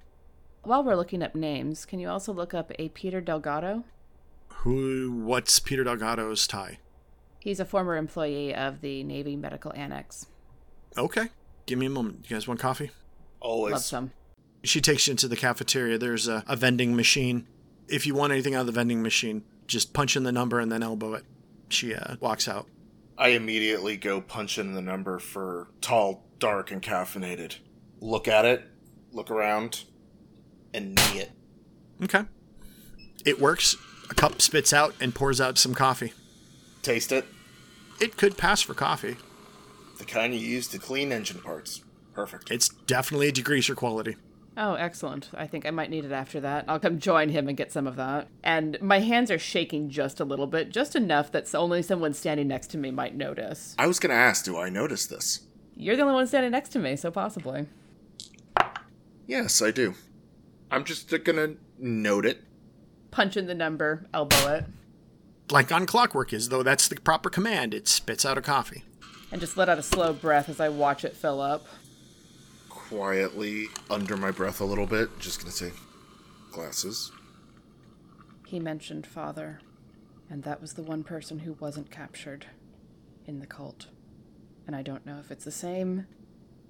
While we're looking up names, can you also look up a Peter Delgado? Who? What's Peter Delgado's tie? He's a former employee of the Navy Medical Annex. Okay. Give me a moment. You guys want coffee? Love Always. some. She takes you into the cafeteria. There's a, a vending machine. If you want anything out of the vending machine, just punch in the number and then elbow it. She uh, walks out. I immediately go punch in the number for tall, dark, and caffeinated. Look at it, look around, and knee it. Okay. It works. A cup spits out and pours out some coffee. Taste it. It could pass for coffee. The kind you use to clean engine parts. Perfect. It's definitely a degreaser quality. Oh, excellent. I think I might need it after that. I'll come join him and get some of that. And my hands are shaking just a little bit, just enough that only someone standing next to me might notice. I was gonna ask, do I notice this? You're the only one standing next to me, so possibly. Yes, I do. I'm just gonna note it. Punch in the number, elbow it, Like on clockwork is, though that's the proper command. It spits out a coffee. and just let out a slow breath as I watch it fill up. Quietly, under my breath a little bit. Just gonna say, glasses. He mentioned father, and that was the one person who wasn't captured in the cult. And I don't know if it's the same,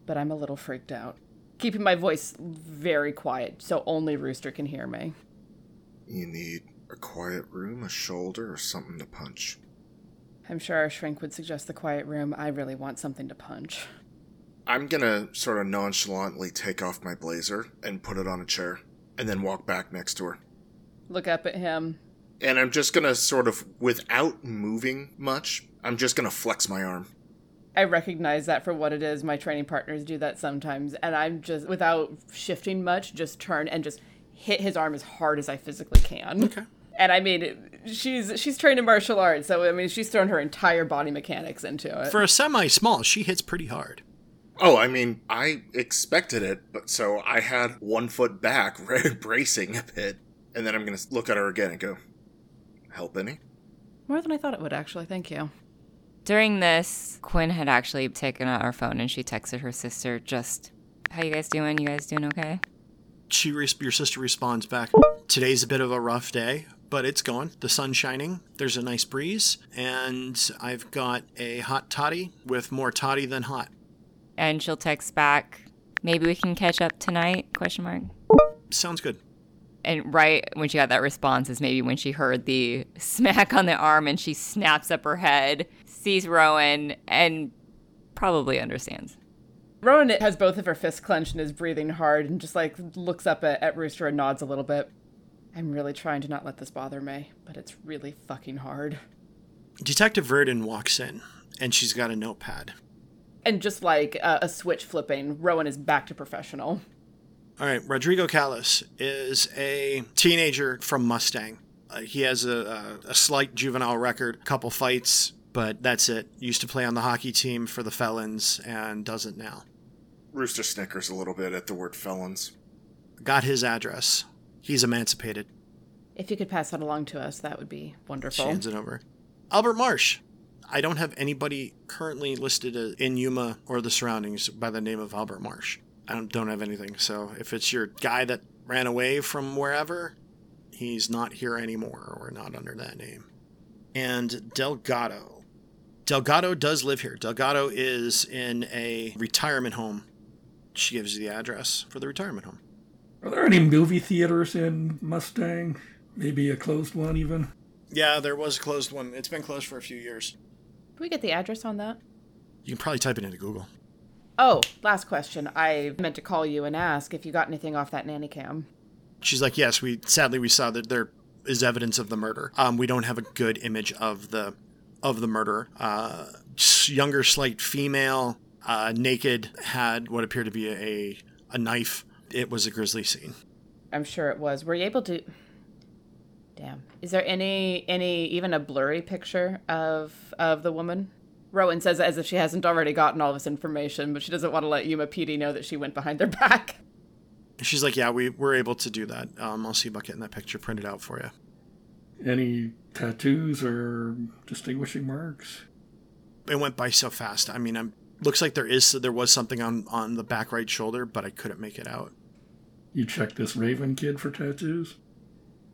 but I'm a little freaked out. Keeping my voice very quiet so only Rooster can hear me. You need a quiet room, a shoulder, or something to punch. I'm sure our shrink would suggest the quiet room. I really want something to punch. I'm gonna sort of nonchalantly take off my blazer and put it on a chair, and then walk back next to her. Look up at him, And I'm just going to sort of, without moving much, I'm just going to flex my arm. I recognize that for what it is. My training partners do that sometimes. And I'm just, without shifting much, just turn and just hit his arm as hard as I physically can. Okay. And I mean, she's she's trained in martial arts, so I mean, she's thrown her entire body mechanics into it. For a semi small, she hits pretty hard. Oh, I mean, I expected it, but so I had one foot back, bracing a bit. And then I'm going to look at her again and go, help any? More than I thought it would, actually. Thank you. During this, Quinn had actually taken out her phone and she texted her sister just, "How you guys doing? You guys doing okay?" She res- your sister responds back. Today's a bit of a rough day, but it's going. The sun's shining. There's a nice breeze, and I've got a hot toddy with more toddy than hot. And she'll text back, "Maybe we can catch up tonight?" Question mark. Sounds good. And right when she got that response is maybe when she heard the smack on the arm and she snaps up her head, sees Rowan, and probably understands. Rowan has both of her fists clenched and is breathing hard and just like looks up at, at Rooster and nods a little bit. I'm really trying to not let this bother me, but it's really fucking hard. Detective Verdon walks in, and she's got a notepad. And just like uh, a switch flipping, Rowan is back to professional. All right, Rodrigo Callis is a teenager from Mustang. Uh, he has a, a, a slight juvenile record, couple fights, but that's it. Used to play on the hockey team for the felons and doesn't now. Rooster snickers a little bit at the word felons. Got his address. He's emancipated. If you could pass that along to us, that would She be wonderful. hands it over. Albert Marsh. I don't have anybody currently listed uh, in Yuma or the surroundings by the name of Albert Marsh. I don't, don't have anything. So if it's your guy that ran away from wherever, he's not here anymore or not under that name. And Delgado. Delgado does live here. Delgado is in a retirement home. She gives you the address for the retirement home. Are there any movie theaters in Mustang? Maybe a closed one, even? Yeah, there was a closed one. It's been closed for a few years. Can we get the address on that? You can probably type it into Google. Oh, last question. I meant to call you and ask if you got anything off that nanny cam. She's like, yes, we sadly we saw that there is evidence of the murder. Um, we don't have a good image of the of the murderer. Uh, s- younger, slight female, uh, naked, had what appeared to be a a knife. It was a grisly scene. I'm sure it was. Were you able to? Damn. Is there any any even a blurry picture of of the woman? Rowan says as if she hasn't already gotten all this information, but she doesn't want to let Yuma PD know that she went behind their back. She's like, yeah, we were able to do that. Um, I'll see about getting that picture printed out for you. Any tattoos or distinguishing marks? It went by so fast. I mean, I'm looks like there is there was something on on the back right shoulder, but I couldn't make it out. You check this Raven kid for tattoos?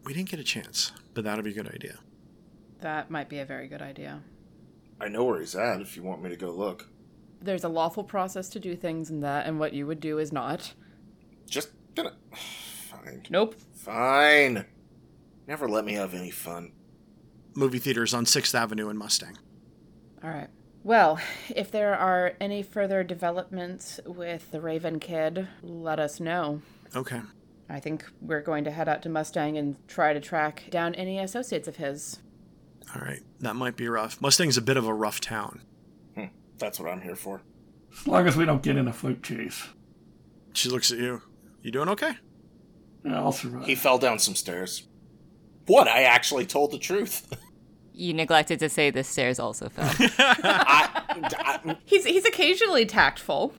We didn't get a chance, but that'd be a good idea. That might be a very good idea. I know where he's at if you want me to go look. There's a lawful process to do things in that, and what you would do is not. Just gonna. Fine. Nope. Fine. Never let me have any fun. Movie theaters on Sixth Avenue in Mustang. All right. Well, if there are any further developments with the Raven Kid, let us know. Okay. I think we're going to head out to Mustang and try to track down any associates of his. All right, that might be rough. Mustang's a bit of a rough town. Hmm, that's what I'm here for. As long as we don't get in a float chase. She looks at you. You doing okay? I'll survive. He fell down some stairs. What? I actually told the truth. You neglected to say the stairs also fell. I, I- He's he's occasionally tactful.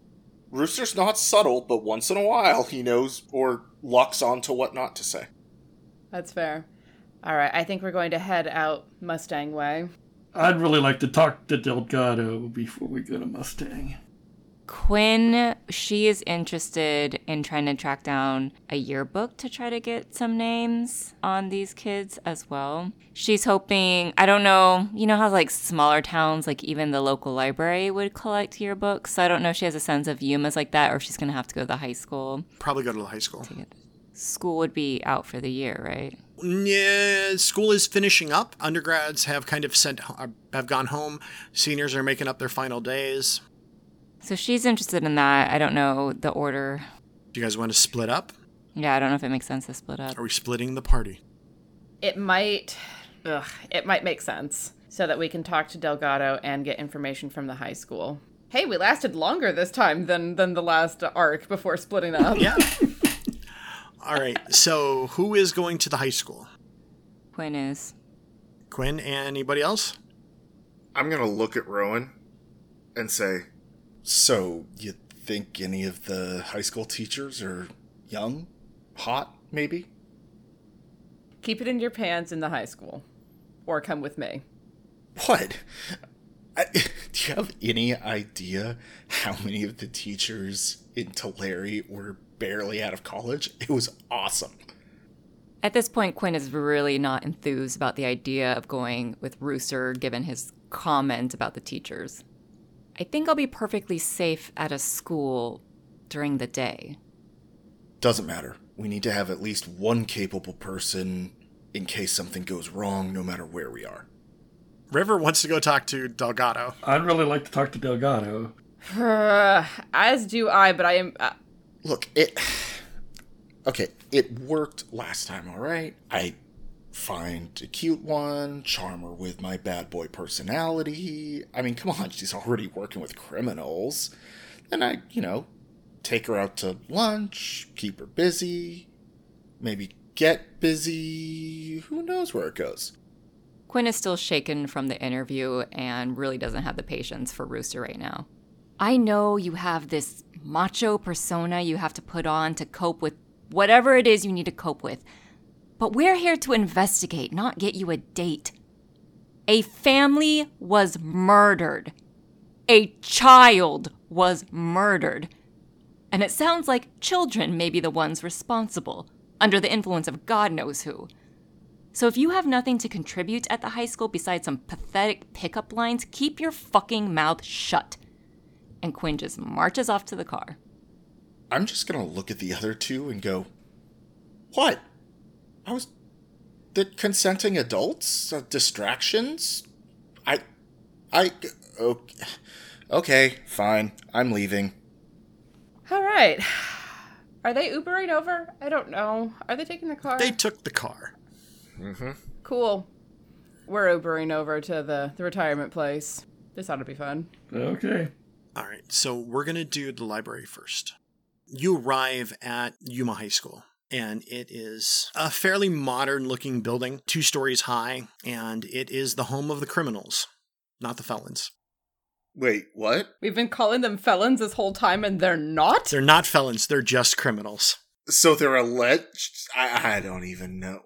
Rooster's not subtle, but once in a while he knows or locks onto what not to say. That's fair. All right, I think we're going to head out Mustang way. I'd really like to talk to Delgado before we go to Mustang. Quinn, she is interested in trying to track down a yearbook to try to get some names on these kids as well. She's hoping, I don't know, you know how like smaller towns, like even the local library would collect yearbooks. So I don't know if she has a sense of Yuma's like that or if she's going to have to go to the high school. Probably go to the high school. School would be out for the year, right? Yeah, school is finishing up. Undergrads have kind of sent uh, have gone home. Seniors are making up their final days. So she's interested in that. I don't know the order. Do you guys want to split up? Yeah, I don't know if it makes sense to split up. Are we splitting the party? it might ugh, it might make sense so that we can talk to Delgado and get information from the high school. Hey, we lasted longer this time than than the last arc before splitting up. Yeah. All right. So who is going to the high school? Quinn is. Quinn and anybody else? I'm gonna look at Rowan and say, So, you think any of the high school teachers are young, hot, maybe? Keep it in your pants in the high school, or come with me. What? I, do you have any idea how many of the teachers in Tulare were barely out of college? It was awesome. At this point, Quinn is really not enthused about the idea of going with Rooster, given his comment about the teachers. I think I'll be perfectly safe at a school during the day. Doesn't matter. We need to have at least one capable person in case something goes wrong, no matter where we are. River wants to go talk to Delgado. I'd really like to talk to Delgado. As do I, but I am. Uh, Look, it. Okay, it worked last time, alright? I find a cute one, charmer with my bad boy personality. I mean, come on, she's already working with criminals. Then I, you know, take her out to lunch, keep her busy, maybe get busy. Who knows where it goes? Quinn is still shaken from the interview and really doesn't have the patience for Rooster right now. I know you have this macho persona you have to put on to cope with whatever it is you need to cope with, but we're here to investigate, not get you a date. A family was murdered. A child was murdered. And it sounds like children may be the ones responsible, under the influence of God knows who. So if you have nothing to contribute at the high school besides some pathetic pickup lines, keep your fucking mouth shut. And Quinn just marches off to the car. I'm just gonna look at the other two and go, What? I was. The consenting adults? Uh, distractions? I. I. Okay. okay, fine. I'm leaving. all right. Are they Ubering over? I don't know. Are they taking the car? They took the car. cool. We're Ubering over to the, the retirement place. This ought to be fun. Okay. All right. So we're going to do the library first. You arrive at Yuma High School, and it is a fairly modern looking building, two stories high, and it is the home of the criminals, not the felons. "Wait, what?" We've been calling them felons this whole time, and they're not. They're not felons, they're just criminals. So they're alleged. I, I don't even know.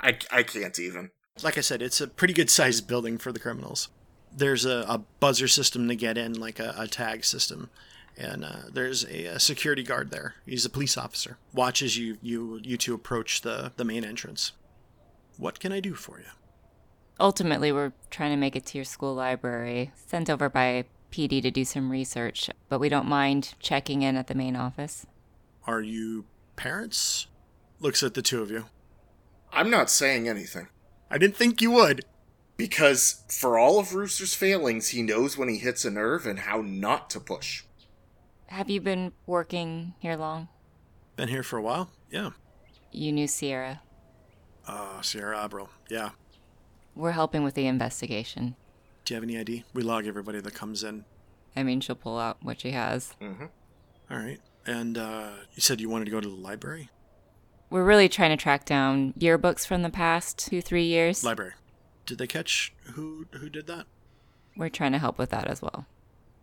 I, I can't even. Like I said, it's a pretty good sized building for the criminals. There's a, a buzzer system to get in, like a, a tag system. And uh, there's a, a security guard there. He's a police officer. Watches you you you two approach the, the main entrance. What can I do for you? Ultimately, we're trying to make it to your school library, sent over by PD to do some research, but we don't mind checking in at the main office. Are you parents? Looks at the two of you. I'm not saying anything. I didn't think you would. Because for all of Rooster's failings, he knows when he hits a nerve and how not to push. Have you been working here long? Been here for a while? Yeah. You knew Sierra. Uh, Sierra Abro. Yeah. We're helping with the investigation. Do you have any ID? We log everybody that comes in. I mean, she'll pull out what she has. Mm-hmm. All right. And uh, you said you wanted to go to the library? We're really trying to track down yearbooks from the past two, three years. Library. Did they catch who who did that? We're trying to help with that as well.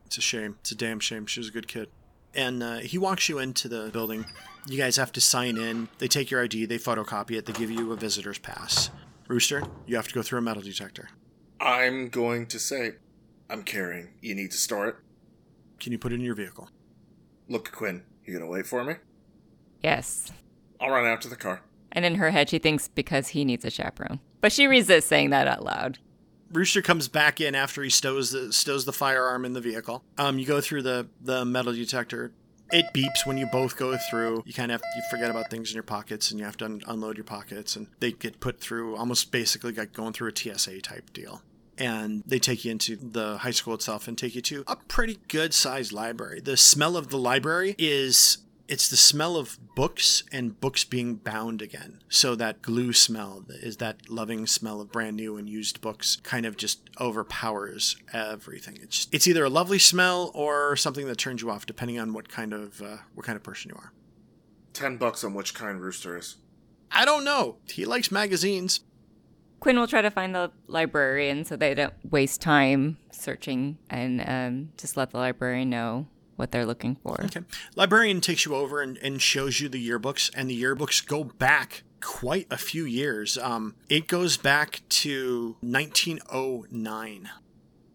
It's a shame. It's a damn shame. She was a good kid. And uh, he walks you into the building. You guys have to sign in. They take your ID, they photocopy it, they give you a visitor's pass. Rooster, you have to go through a metal detector. I'm going to say, I'm carrying. You need to store it. Can you put it in your vehicle? Look, Quinn, you gonna wait for me? Yes. I'll run out to the car. And in her head, she thinks because he needs a chaperone. But she resists saying that out loud. Rooster comes back in after he stows the stows the firearm in the vehicle. Um, you go through the the metal detector. It beeps when you both go through. You kind of have, you forget about things in your pockets, and you have to un- unload your pockets, and they get put through almost basically like going through a TSA type deal. And they take you into the high school itself and take you to a pretty good sized library. The smell of the library is It's the smell of books and books being bound again. So that glue smell is that loving smell of brand new and used books kind of just overpowers everything. It's just, it's either a lovely smell or something that turns you off, depending on what kind of uh, what kind of person you are. Ten bucks on which kind rooster is. I don't know. He likes magazines. Quinn will try to find the librarian so they don't waste time searching and um, just let the librarian know what they're looking for. Okay. Librarian takes you over and, and shows you the yearbooks, and the yearbooks go back quite a few years. Um, it goes back to 1909.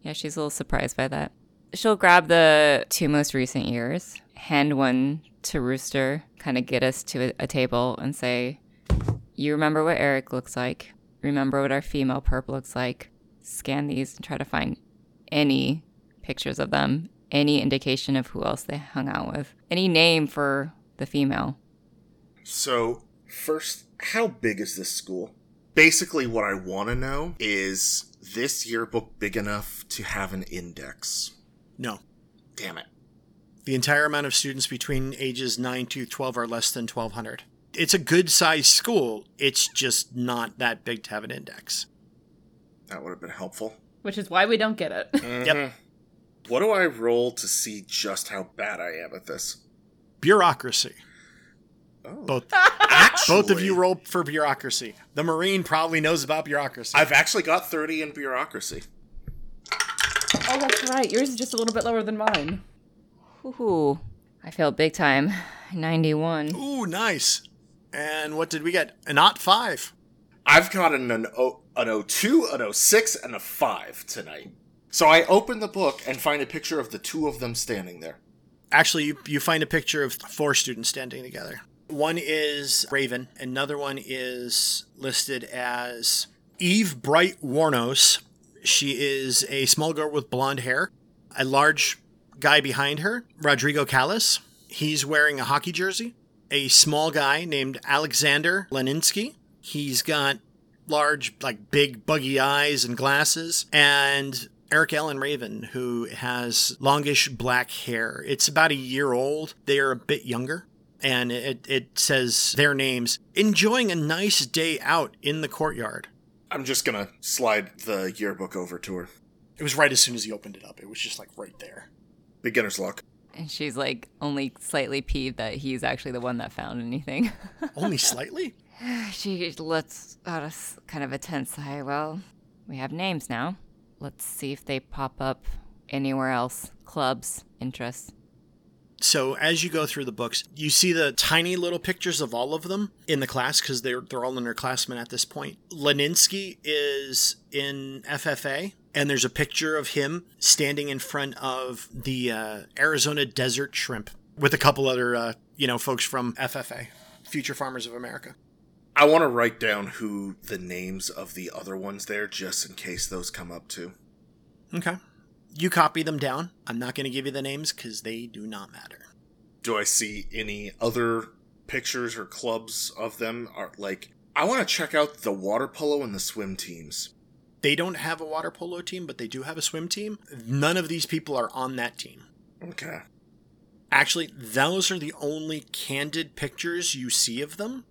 Yeah, she's a little surprised by that. She'll grab the two most recent years, hand one to Rooster, kind of get us to a, a table and say, You remember what Eric looks like? Remember what our female perp looks like? Scan these and try to find any pictures of them, any indication of who else they hung out with, any name for the female. So, first, how big is this school? Basically, what I want to know is this yearbook big enough to have an index? No. Damn it. The entire amount of students between ages 9 to 12 are less than 1,200. It's a good sized school, it's just not that big to have an index. That would have been helpful. Which is why we don't get it. Yep. What do I roll to see just how bad I am at this? Bureaucracy. Oh. Both, Actually, both of you roll for bureaucracy. The Marine probably knows about bureaucracy. I've actually got 30 in bureaucracy. oh, that's right. Yours is just a little bit lower than mine. Ooh, I feel big time. 91. Ooh, nice. And what did we get? An ot five. I've gotten an, o- an 02, an 06, and a 5 tonight. So I open the book and find a picture of the two of them standing there. Actually, you, you find a picture of four students standing together. One is Raven, another one is listed as Eve Bright Warnos. She is a small girl with blonde hair. A large guy behind her, Rodrigo Callis, he's wearing a hockey jersey. A small guy named Alexander Leninsky. He's got large, like big, buggy eyes and glasses. And Eric Allen Raven, who has longish black hair. It's about a year old. They are a bit younger. And it, it says their names, enjoying a nice day out in the courtyard. I'm just gonna slide the yearbook over to her. It was right as soon as he opened it up. It was just like right there. Beginner's luck. And she's like only slightly peeved that he's actually the one that found anything. Only slightly? she lets out a s- kind of a tense sigh. Well, we have names now. Let's see if they pop up anywhere else. Clubs, interests. So as you go through the books, you see the tiny little pictures of all of them in the class because they're they're all underclassmen at this point. Leninsky is in FFA, and there's a picture of him standing in front of the uh, Arizona desert shrimp with a couple other uh, you know folks from FFA, Future Farmers of America. I wanna write down who the names of the other ones there just in case those come up too. Okay, you copy them down. I'm not going to give you the names because they do not matter. Do I see any other pictures or clubs of them? Are like I wanna check out the water polo and the swim teams. They don't have a water polo team, but they do have a swim team. None of these people are on that team. Okay. Actually, those are the only candid pictures you see of them.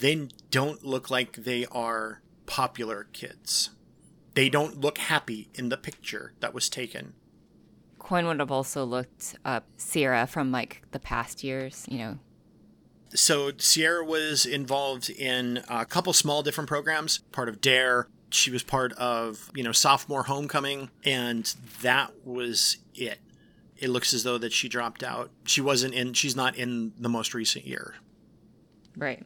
They don't look like they are popular kids. They don't look happy in the picture that was taken. Quinn would have also looked up Sierra from like the past years, you know. So, Sierra was involved in a couple small different programs, part of DARE. She was part of, you know, sophomore homecoming, and that was it. It looks as though that she dropped out. She wasn't in, she's not in the most recent year. Right.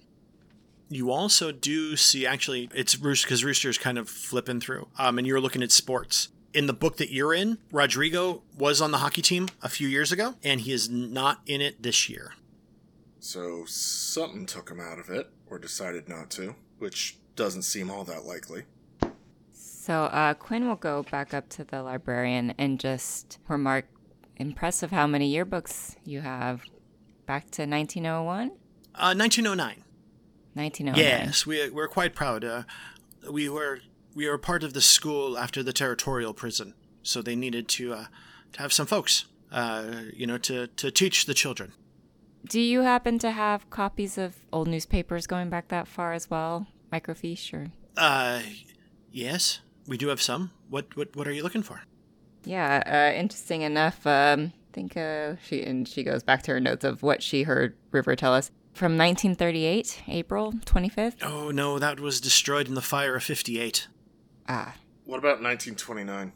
You also do see actually it's Rooster because Rooster's kind of flipping through. Um, and you're looking at sports. In the book that you're in, Rodrigo was on the hockey team a few years ago, and he is not in it this year. So something took him out of it, or decided not to, which doesn't seem all that likely. So uh, Quinn will go back up to the librarian and just remark, impressive how many yearbooks you have. Back to 1901? Uh, 1909. 1909. Yes, we we're quite proud. Uh, we were we were part of the school after the territorial prison, so they needed to uh, to have some folks, uh, you know, to to teach the children. Do you happen to have copies of old newspapers going back that far as well? Microfiche or Uh, yes, we do have some. What what what are you looking for? Yeah, uh, interesting enough. Um, I think uh, she and she goes back to her notes of what she heard River tell us from 1938, April 25th. Oh no, that was destroyed in the fire of '58. Ah, What about 1929?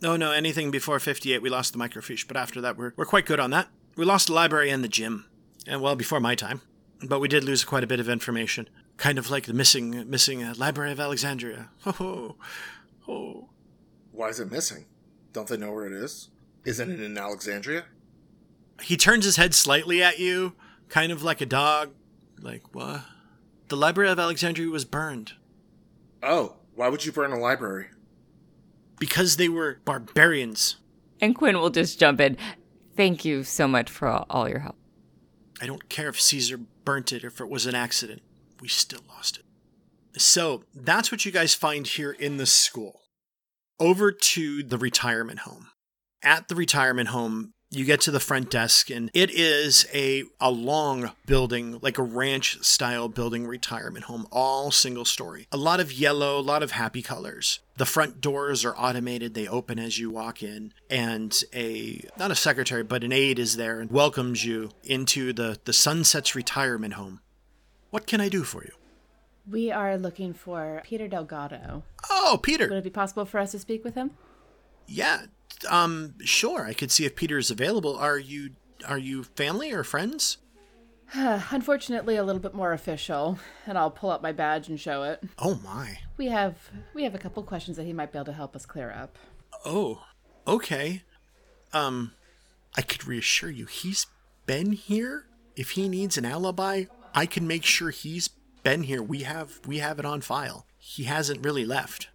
No, no, anything before '58, we lost the microfiche, but after that, we're we're quite good on that. We lost the library and the gym, and well before my time, but we did lose quite a bit of information. Kind of like the missing missing uh, Library of Alexandria. Oh, Ho ho, ho. Why is it missing? Don't they know where it is? Isn't it in Alexandria? He turns his head slightly at you, kind of like a dog. Like what? The Library of Alexandria was burned. Oh, why would you burn a library? because they were barbarians. and Quinn will just jump in. Thank you so much for all, all your help. I don't care if Caesar burnt it or if it was an accident. We still lost it. So that's what you guys find here in the school. Over to the retirement home. At the retirement home, you get to the front desk, and it is a, a long building, like a ranch style building retirement home, all single story. A lot of yellow, a lot of happy colors. The front doors are automated, they open as you walk in, and a not a secretary, but an aide is there and welcomes you into the, the Sunset's retirement home. What can I do for you? We are looking for Peter Delgado. Oh, Peter. Would it be possible for us to speak with him? Yeah. Um, sure, I could see if Peter is available. Are you are you family or friends? Unfortunately, a little bit more official, and I'll pull up my badge and show it. Oh my. We have we have a couple questions that he might be able to help us clear up. Oh, okay. Um, I could reassure you, he's been here. If he needs an alibi, I can make sure he's been here. We have we have it on file. He hasn't really left.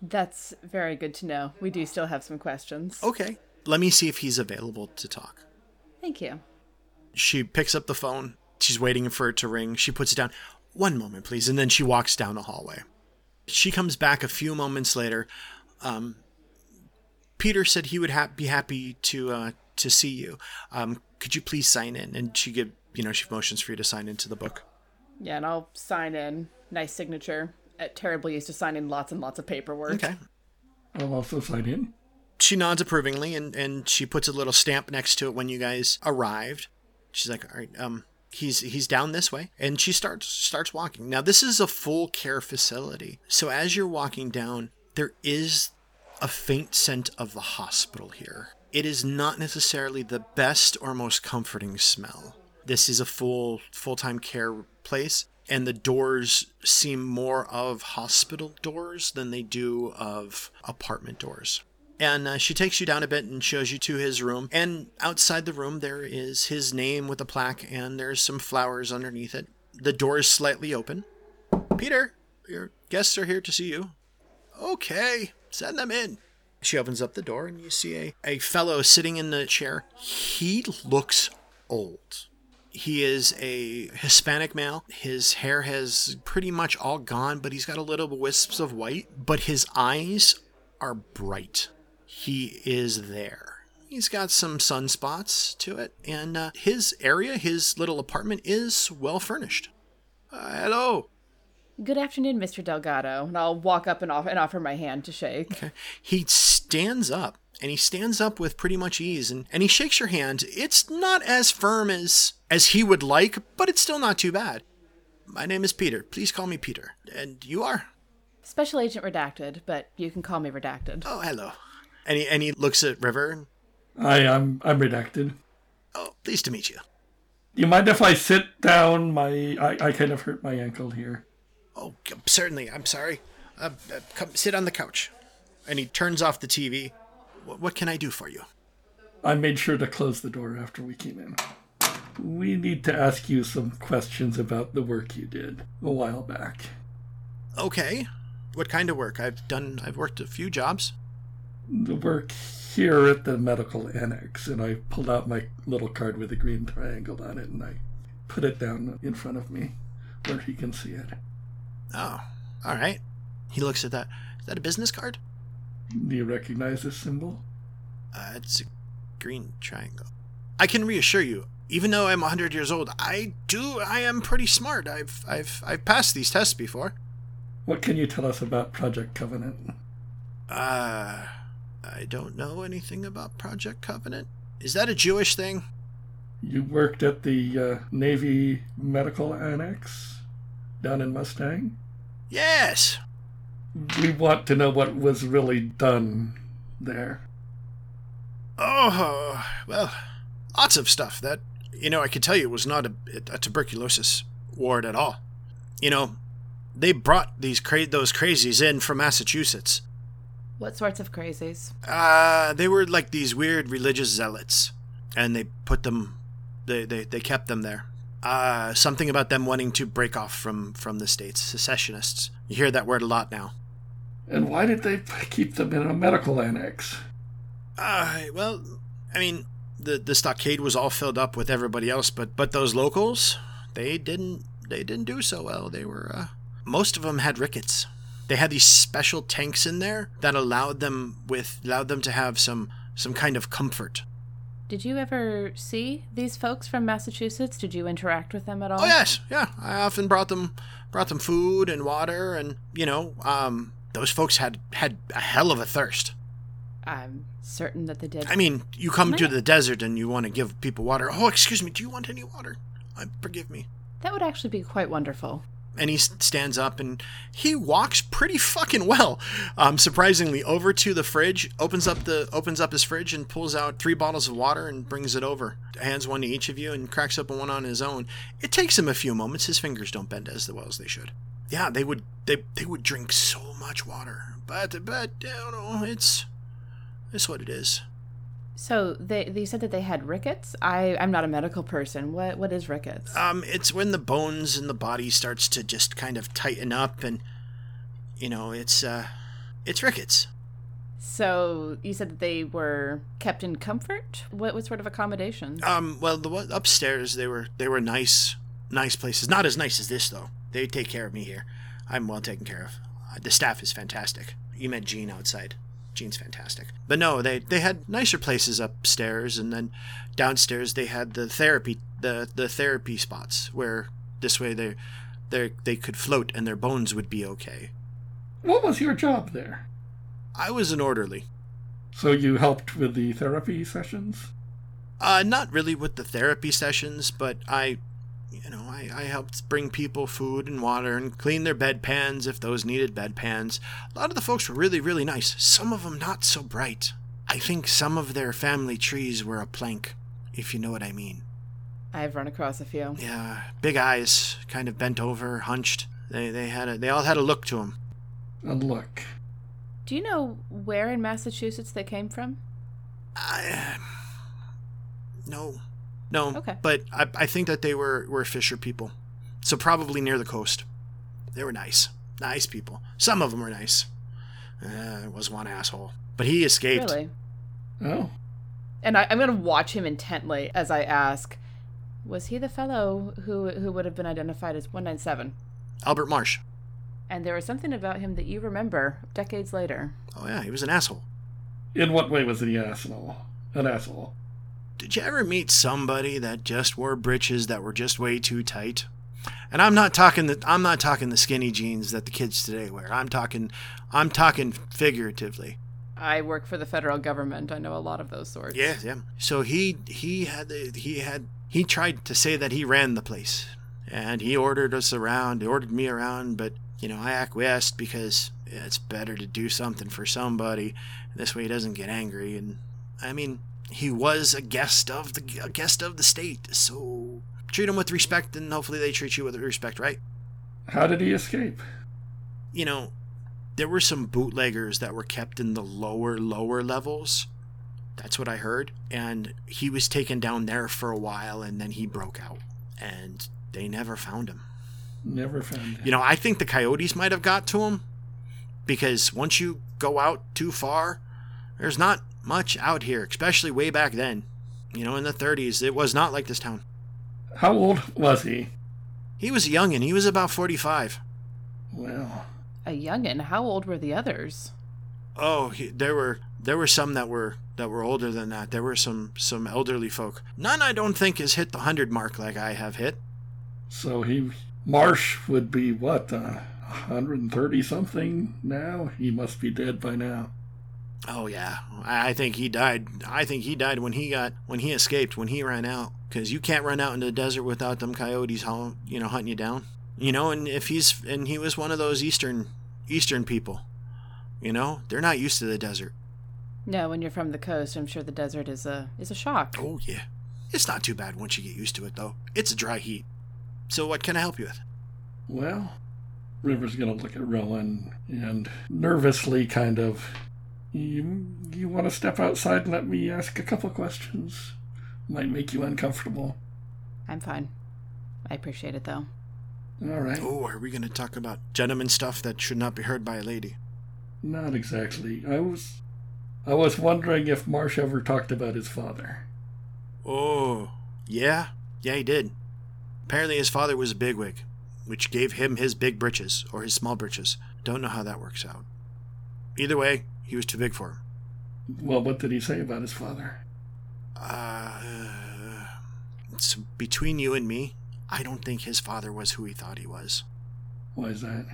That's very good to know. We do still have some questions. Okay. Let me see if he's available to talk. Thank you. She picks up the phone. She's waiting for it to ring. She puts it down. One moment, please. And then she walks down the hallway. She comes back a few moments later. Um, Peter said he would ha- be happy to uh, to see you. Um, could you please sign in? And she give you know she motions for you to sign into the book. Yeah, and I'll sign in. Nice signature. Uh, terribly used to signing lots and lots of paperwork. Okay. I'll also sign in. She nods approvingly and and she puts a little stamp next to it when you guys arrived. She's like, "All right, um, he's he's down this way," and she starts starts walking. Now this is a full care facility, so as you're walking down, there is a faint scent of the hospital here. It is not necessarily the best or most comforting smell. This is a full full-time care place and the doors seem more of hospital doors than they do of apartment doors. And uh, she takes you down a bit and shows you to his room. And outside the room, there is his name with a plaque, and there's some flowers underneath it. The door is slightly open. Peter, your guests are here to see you. Okay, send them in. She opens up the door, and you see a, a fellow sitting in the chair. He looks old. He is a Hispanic male. His hair has pretty much all gone, but he's got a little wisps of white. But his eyes are bright he is there. He's got some sunspots to it, and uh, his area, his little apartment, is well furnished. Uh, hello. Good afternoon, Mr. Delgado. And I'll walk up and offer, and offer my hand to shake. Okay. He stands up, and he stands up with pretty much ease, and, and he shakes your hand. It's not as firm as as he would like, but it's still not too bad. My name is Peter. Please call me Peter. And you are? Special Agent Redacted, but you can call me Redacted. Oh, hello. And he, and he looks at River. and, I am I'm redacted. Oh, pleased to meet you. You mind if I sit down? My I, I kind of hurt my ankle here. Oh, c- certainly. I'm sorry. Uh, uh, come sit on the couch. And he turns off the TV. What, what can I do for you? I made sure to close the door after we came in. We need to ask you some questions about the work you did a while back. Okay. What kind of work? I've done. I've worked a few jobs. The work here at the medical annex, and I pulled out my little card with a green triangle on it and I put it down in front of me where he can see it. Oh, all right. He looks at that. Is that a business card? Do you recognize this symbol? Uh, it's a green triangle. I can reassure you, even though I'm 100 years old, I do I am pretty smart. I've I've I've passed these tests before. What can you tell us about Project Covenant? Uh I don't know anything about Project Covenant. Is that a Jewish thing? You worked at the uh, Navy Medical Annex down in Mustang? Yes. We want to know what was really done there. Oh, well, lots of stuff that, you know, I could tell you was not a, a tuberculosis ward at all. You know, they brought these cra- those crazies in from Massachusetts. What sorts of crazies? Uh, they were like these weird religious zealots, and they put them, they, they, they kept them there. Uh, something about them wanting to break off from, from the states, secessionists. You hear that word a lot now. And why did they keep them in a medical annex? Uh, well, I mean, the the stockade was all filled up with everybody else, but but those locals, they didn't they didn't do so well. They were uh, most of them had rickets. They had these special tanks in there that allowed them with allowed them to have some some kind of comfort. Did you ever see these folks from Massachusetts? Did you interact with them at all? Oh yes, yeah. I often brought them brought them food and water, and you know, um, those folks had had a hell of a thirst. I'm certain that they did. I mean, you come to the desert and you want to give people water. Oh, excuse me, do you want any water? Uh, forgive me. that would actually be quite wonderful. And he s- stands up and he walks pretty fucking well, um, surprisingly, over to the fridge, opens up the opens up his fridge and pulls out three bottles of water and brings it over. Hands one to each of you and cracks open one on his own. It takes him a few moments. His fingers don't bend as well as they should. Yeah, they would they they would drink so much water, but but you know it's it's what it is. So they, they said that they had rickets. I I'm not a medical person. What what is rickets? Um, it's when the bones in the body starts to just kind of tighten up, and you know, it's uh, it's rickets. so you said that they were kept in comfort. What what sort of accommodations? Um, well, the one upstairs they were they were nice, nice places. Not as nice as this though. They take care of me here. I'm well taken care of. Uh, the staff is fantastic. You met Jean outside. Jean's fantastic. But no, they they had nicer places upstairs, and then downstairs they had the therapy the the therapy spots where this way they they they could float and their bones would be okay. What was your job there? I was an orderly. So you helped with the therapy sessions? Uh, not really with the therapy sessions, but I, you know, I, I helped bring people food and water and clean their bedpans if those needed bedpans. A lot of the folks were really, really nice. Some of them not so bright. I think some of their family trees were a plank, if you know what I mean. I've run across a few. Yeah, big eyes, kind of bent over, hunched. They they had a, they all had a look to them. And look, Do you know where in Massachusetts they came from? I, no, no. Okay. But I, I think that they were were fisher people, so probably near the coast. They were nice, nice people. Some of them were nice. Uh, there was one asshole, but he escaped. Really? oh, And I, I'm going to watch him intently as I ask, was he the fellow who who would have been identified as 197? Albert Marsh. And there was something about him that you remember decades later. Oh yeah, he was an asshole. in what way was he an asshole? An asshole. Did you ever meet somebody that just wore breeches that were just way too tight? And I'm not talking the I'm not talking the skinny jeans that the kids today wear. I'm talking I'm talking figuratively. I work for the federal government. I know a lot of those sorts. Yeah, yeah. So he he had the- he had he tried to say that he ran the place, and he ordered us around, he ordered me around, but you know I acquiesced because it's better to do something for somebody. This way he doesn't get angry, and I mean he was a guest of the a guest of the state, so treat him with respect, and hopefully they treat you with respect, right? How did he escape? you know, there were some bootleggers that were kept in the lower, lower levels. That's what I heard. And he was taken down there for a while and then he broke out. And they never found him. Never found him. You know, I think the coyotes might have got to him because once you go out too far, there's not much out here, especially way back then. You know, in the 30s, it was not like this town. How old was he? He was young and he was about 45. Well, A youngin', how old were the others? Oh, he, there were There were some that were that were older than that. There were some some elderly folk. None I don't think has hit the hundred mark like I have hit. So he Marsh would be what, uh, 130 something now? He must be dead by now. Oh yeah, I I think he died. I think he died when he got when he escaped when he ran out. Cause you can't run out into the desert without them coyotes, hol- you know, hunting you down. You know, and if he's and he was one of those eastern eastern people, you know, they're not used to the desert. No, when you're from the coast, I'm sure the desert is a is a shock. Oh yeah, it's not too bad once you get used to it though. It's a dry heat. So what can I help you with? Well, River's going to look at Rowan and nervously kind of, you, you want to step outside and let me ask a couple questions? Might make you uncomfortable. I'm fine. I appreciate it though. All right. Oh, are we gonna talk about gentleman stuff that should not be heard by a lady? Not exactly. I was I was wondering if Marsh ever talked about his father. Oh, yeah, yeah, he did. Apparently, his father was a bigwig, which gave him his big britches or his small britches. Don't know how that works out. Either way, he was too big for him. Well, what did he say about his father? Uh, it's between you and me. I don't think his father was who he thought he was. Why is that?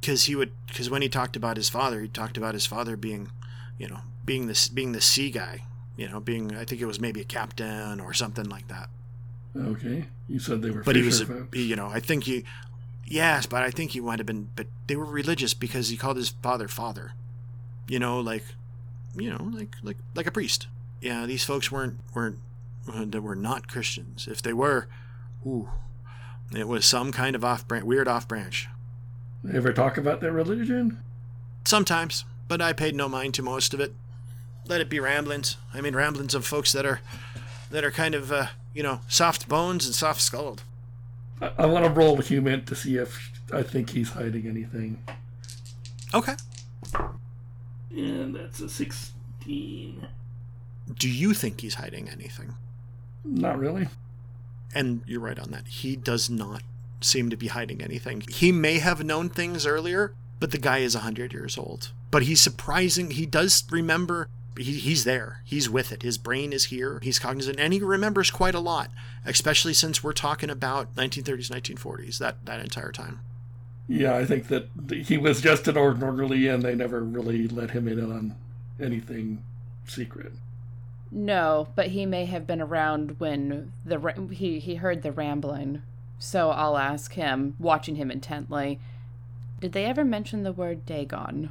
because he would because when he talked about his father, he talked about his father being, you know, being this being the sea guy, you know, being I think it was maybe a captain or something like that. Okay. You said they were But he was, fisher a, folks. he- you know, I think he, yes, but I think he might have been, but they were religious because he called his father father, you know, like, you know, like like like a priest. Yeah, these folks weren't weren't uh, they were not Christians. If they were, ooh, it was some kind of off branch, weird off branch. They ever talk about their religion? Sometimes, but I paid no mind to most of it. Let it be ramblings. I mean, ramblings of folks that are, that are kind of, uh, you know, soft bones and soft skulled. I, I want to roll human to see if I think he's hiding anything. Okay. And that's a 16. Do you think he's hiding anything? Not really. And you're right on that. He does not seem to be hiding anything. He may have known things earlier, but the guy is 100 years old. But he's surprising. He does remember. He, he's there. He's with it. His brain is here. He's cognizant. And he remembers quite a lot, especially since we're talking about 1930s, 1940s, that, that entire time. Yeah, I think that he was just an orderly and they never really let him in on anything secret. No, but he may have been around when the ra- he he heard the rambling. So I'll ask him, watching him intently. Did they ever mention the word Dagon?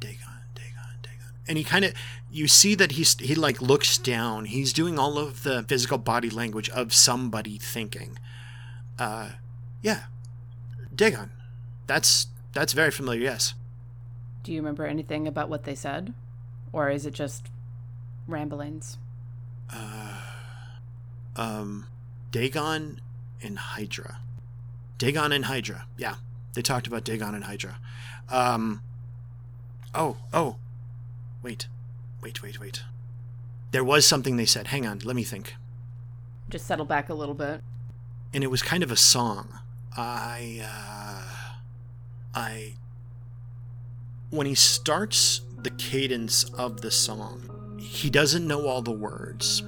Dagon, Dagon, Dagon. And he kind of, you see that he's, he like looks down. He's doing all of the physical body language of somebody thinking. Uh, yeah. Dagon. That's, that's very familiar, yes. Do you remember anything about what they said, or is it just ramblings? Uh, um, Dagon and Hydra. Dagon and Hydra. Yeah. They talked about Dagon and Hydra. Um, oh, oh. Wait, wait, wait, wait. There was something they said. Hang on, let me think. Just settle back a little bit. and it was kind of a song. I, uh, I, when he starts the cadence of the song, he doesn't know all the words.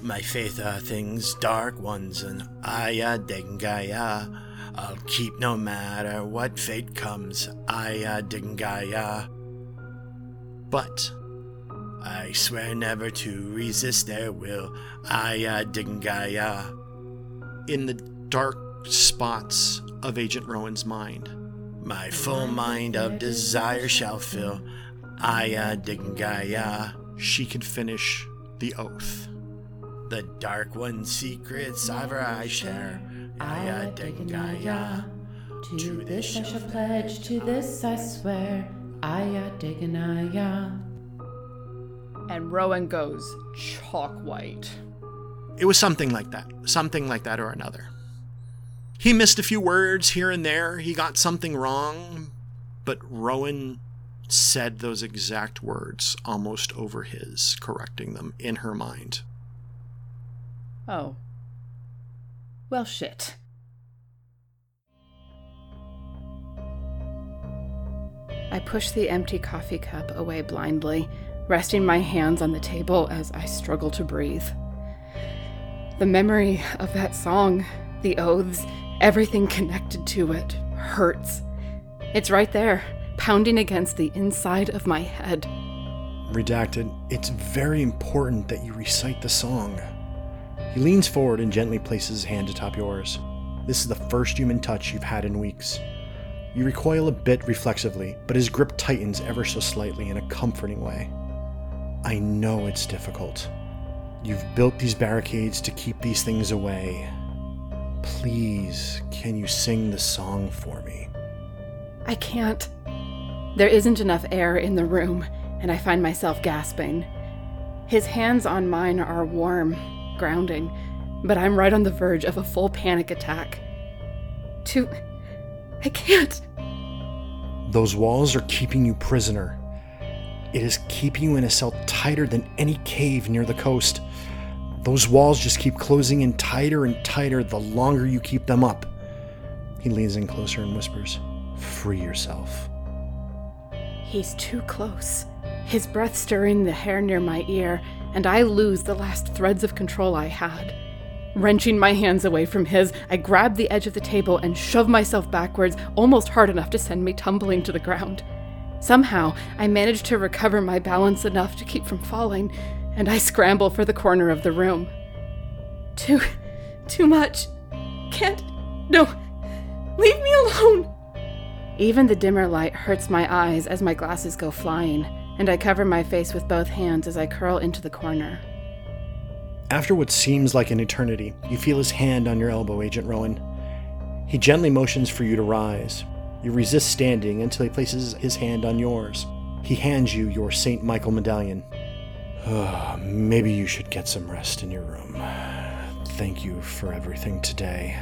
My faith are things dark ones, and Aya Dengaya. I'll keep no matter what fate comes, Aya Dengaya. But I swear never to resist their will, Aya Dengaya in the dark spots of Agent Rowan's mind. My full mind of desire shall fill. Aya Dingaya. She can finish the oath. The dark one's secrets ever I share. Aya Dingaya. To this I shall pledge, to this I swear, Aya Diganaya. And Rowan goes chalk white. It was something like that. Something like that or another. He missed a few words here and there. He got something wrong. But Rowan said those exact words almost over his, correcting them in her mind. Oh. Well, shit. I pushed the empty coffee cup away blindly, resting my hands on the table as I struggled to breathe. The memory of that song, the oaths, everything connected to it, hurts. It's right there, pounding against the inside of my head. Redacted, it's very important that you recite the song. He leans forward and gently places his hand atop yours. This is the first human touch you've had in weeks. You recoil a bit reflexively, but his grip tightens ever so slightly in a comforting way. I know it's difficult. You've built these barricades to keep these things away. Please, can you sing the song for me? I can't. There isn't enough air in the room, and I find myself gasping. His hands on mine are warm, grounding, but I'm right on the verge of a full panic attack. Too. I can't. Those walls are keeping you prisoner. It is keeping you in a cell tighter than any cave near the coast. Those walls just keep closing in tighter and tighter the longer you keep them up. He leans in closer and whispers, Free yourself. He's too close, his breath stirring the hair near my ear, and I lose the last threads of control I had. Wrenching my hands away from his, I grab the edge of the table and shove myself backwards, almost hard enough to send me tumbling to the ground. Somehow, I manage to recover my balance enough to keep from falling, and I scramble for the corner of the room. Too. too much. Can't. No. Leave me alone! Even the dimmer light hurts my eyes as my glasses go flying, and I cover my face with both hands as I curl into the corner. After what seems like an eternity, you feel his hand on your elbow, Agent Rowan. He gently motions for you to rise. You resist standing until he places his hand on yours. He hands you your St. Michael medallion. "Ah, Maybe you should get some rest in your room. Thank you for everything today.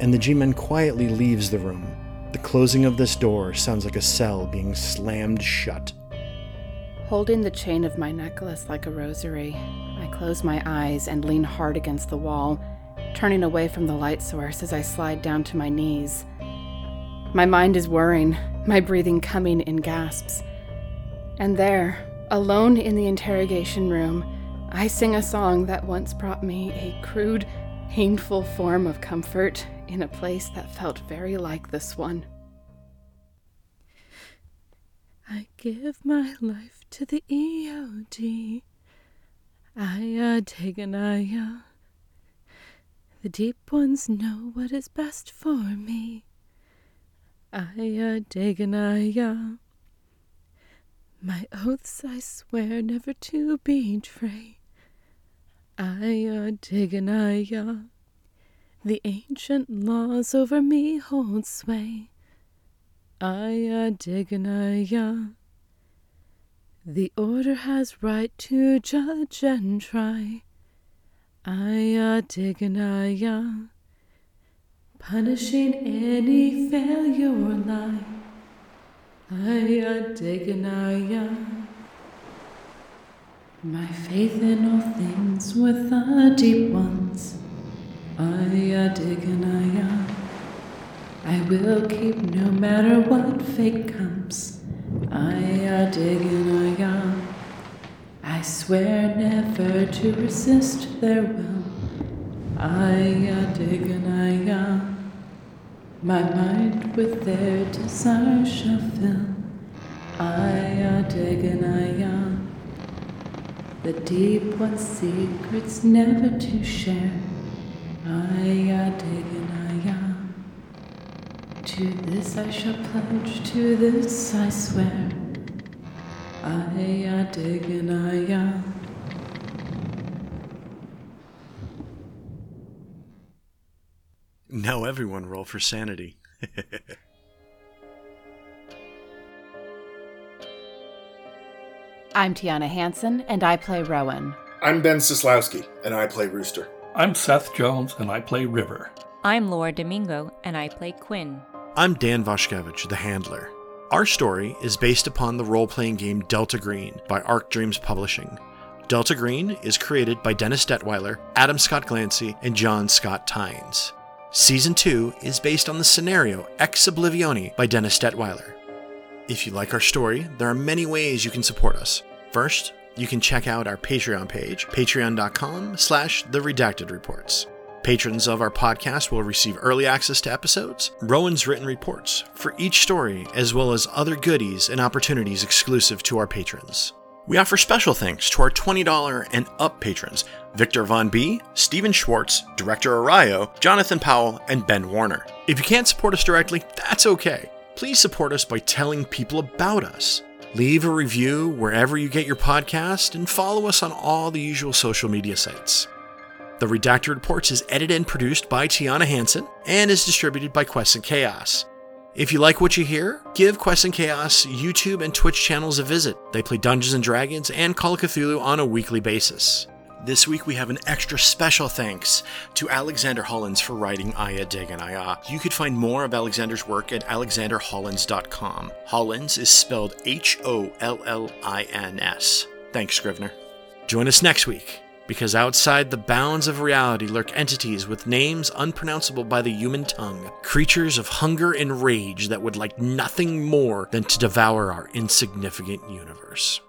And the G Man quietly leaves the room. The closing of this door sounds like a cell being slammed shut. Holding the chain of my necklace like a rosary, I close my eyes and lean hard against the wall, turning away from the light source as I slide down to my knees. My mind is whirring, my breathing coming in gasps. And there, alone in the interrogation room, I sing a song that once brought me a crude, painful form of comfort in a place that felt very like this one. I give my life to the EOD. I take an eye. The deep ones know what is best for me. I take an eye. My oaths I swear never to betray. I take an eye. The ancient laws over me hold sway. Aya Dignaya. The order has right to judge and try. Aya Dignaya. Punishing any failure or lie. Aya Dignaya. My faith in all things with the deep ones. Aya Dignaya. I will keep no matter what fate comes. I digging I I swear never to resist their will. I digging I My mind with their desire shall fill. I digging I The deep one's secrets never to share. I digging I to this I shall pledge, to this I swear. Aya diganaya. Now everyone roll for sanity. I'm Tiana Hansen, and I play Rowan. I'm Ben Sislowski, and I play Rooster. I'm Seth Jones, and I play River. I'm Laura Domingo, and I play Quinn. I'm Dan Voshkevich, the handler. Our story is based upon the role playing game Delta Green by Arc Dreams Publishing. Delta Green is created by Dennis Detweiler, Adam Scott Glancy, and John Scott Tynes. Season 2 is based on the scenario Ex Oblivione by Dennis Detweiler. If you like our story, there are many ways you can support us. First, you can check out our Patreon page, patreon.com slash the redacted reports. Patrons of our podcast will receive early access to episodes, Rowan's written reports for each story, as well as other goodies and opportunities exclusive to our patrons. We offer special thanks to our $20 and up patrons Victor Von B., Steven Schwartz, Director Arayo, Jonathan Powell, and Ben Warner. If you can't support us directly, that's okay. Please support us by telling people about us. Leave a review wherever you get your podcast and follow us on all the usual social media sites. The Redacted Reports is edited and produced by Tiana Hansen and is distributed by Quest and Chaos. If you like what you hear, give Quest and Chaos YouTube and Twitch channels a visit. They play Dungeons and Dragons and Call of Cthulhu on a weekly basis. This week we have an extra special thanks to Alexander Hollins for writing Aya Dagon Aya. You could find more of Alexander's work at alexanderhollins.com. Hollins is spelled H O L L I N S. Thanks, Scrivener. Join us next week, because outside the bounds of reality lurk entities with names unpronounceable by the human tongue, creatures of hunger and rage that would like nothing more than to devour our insignificant universe.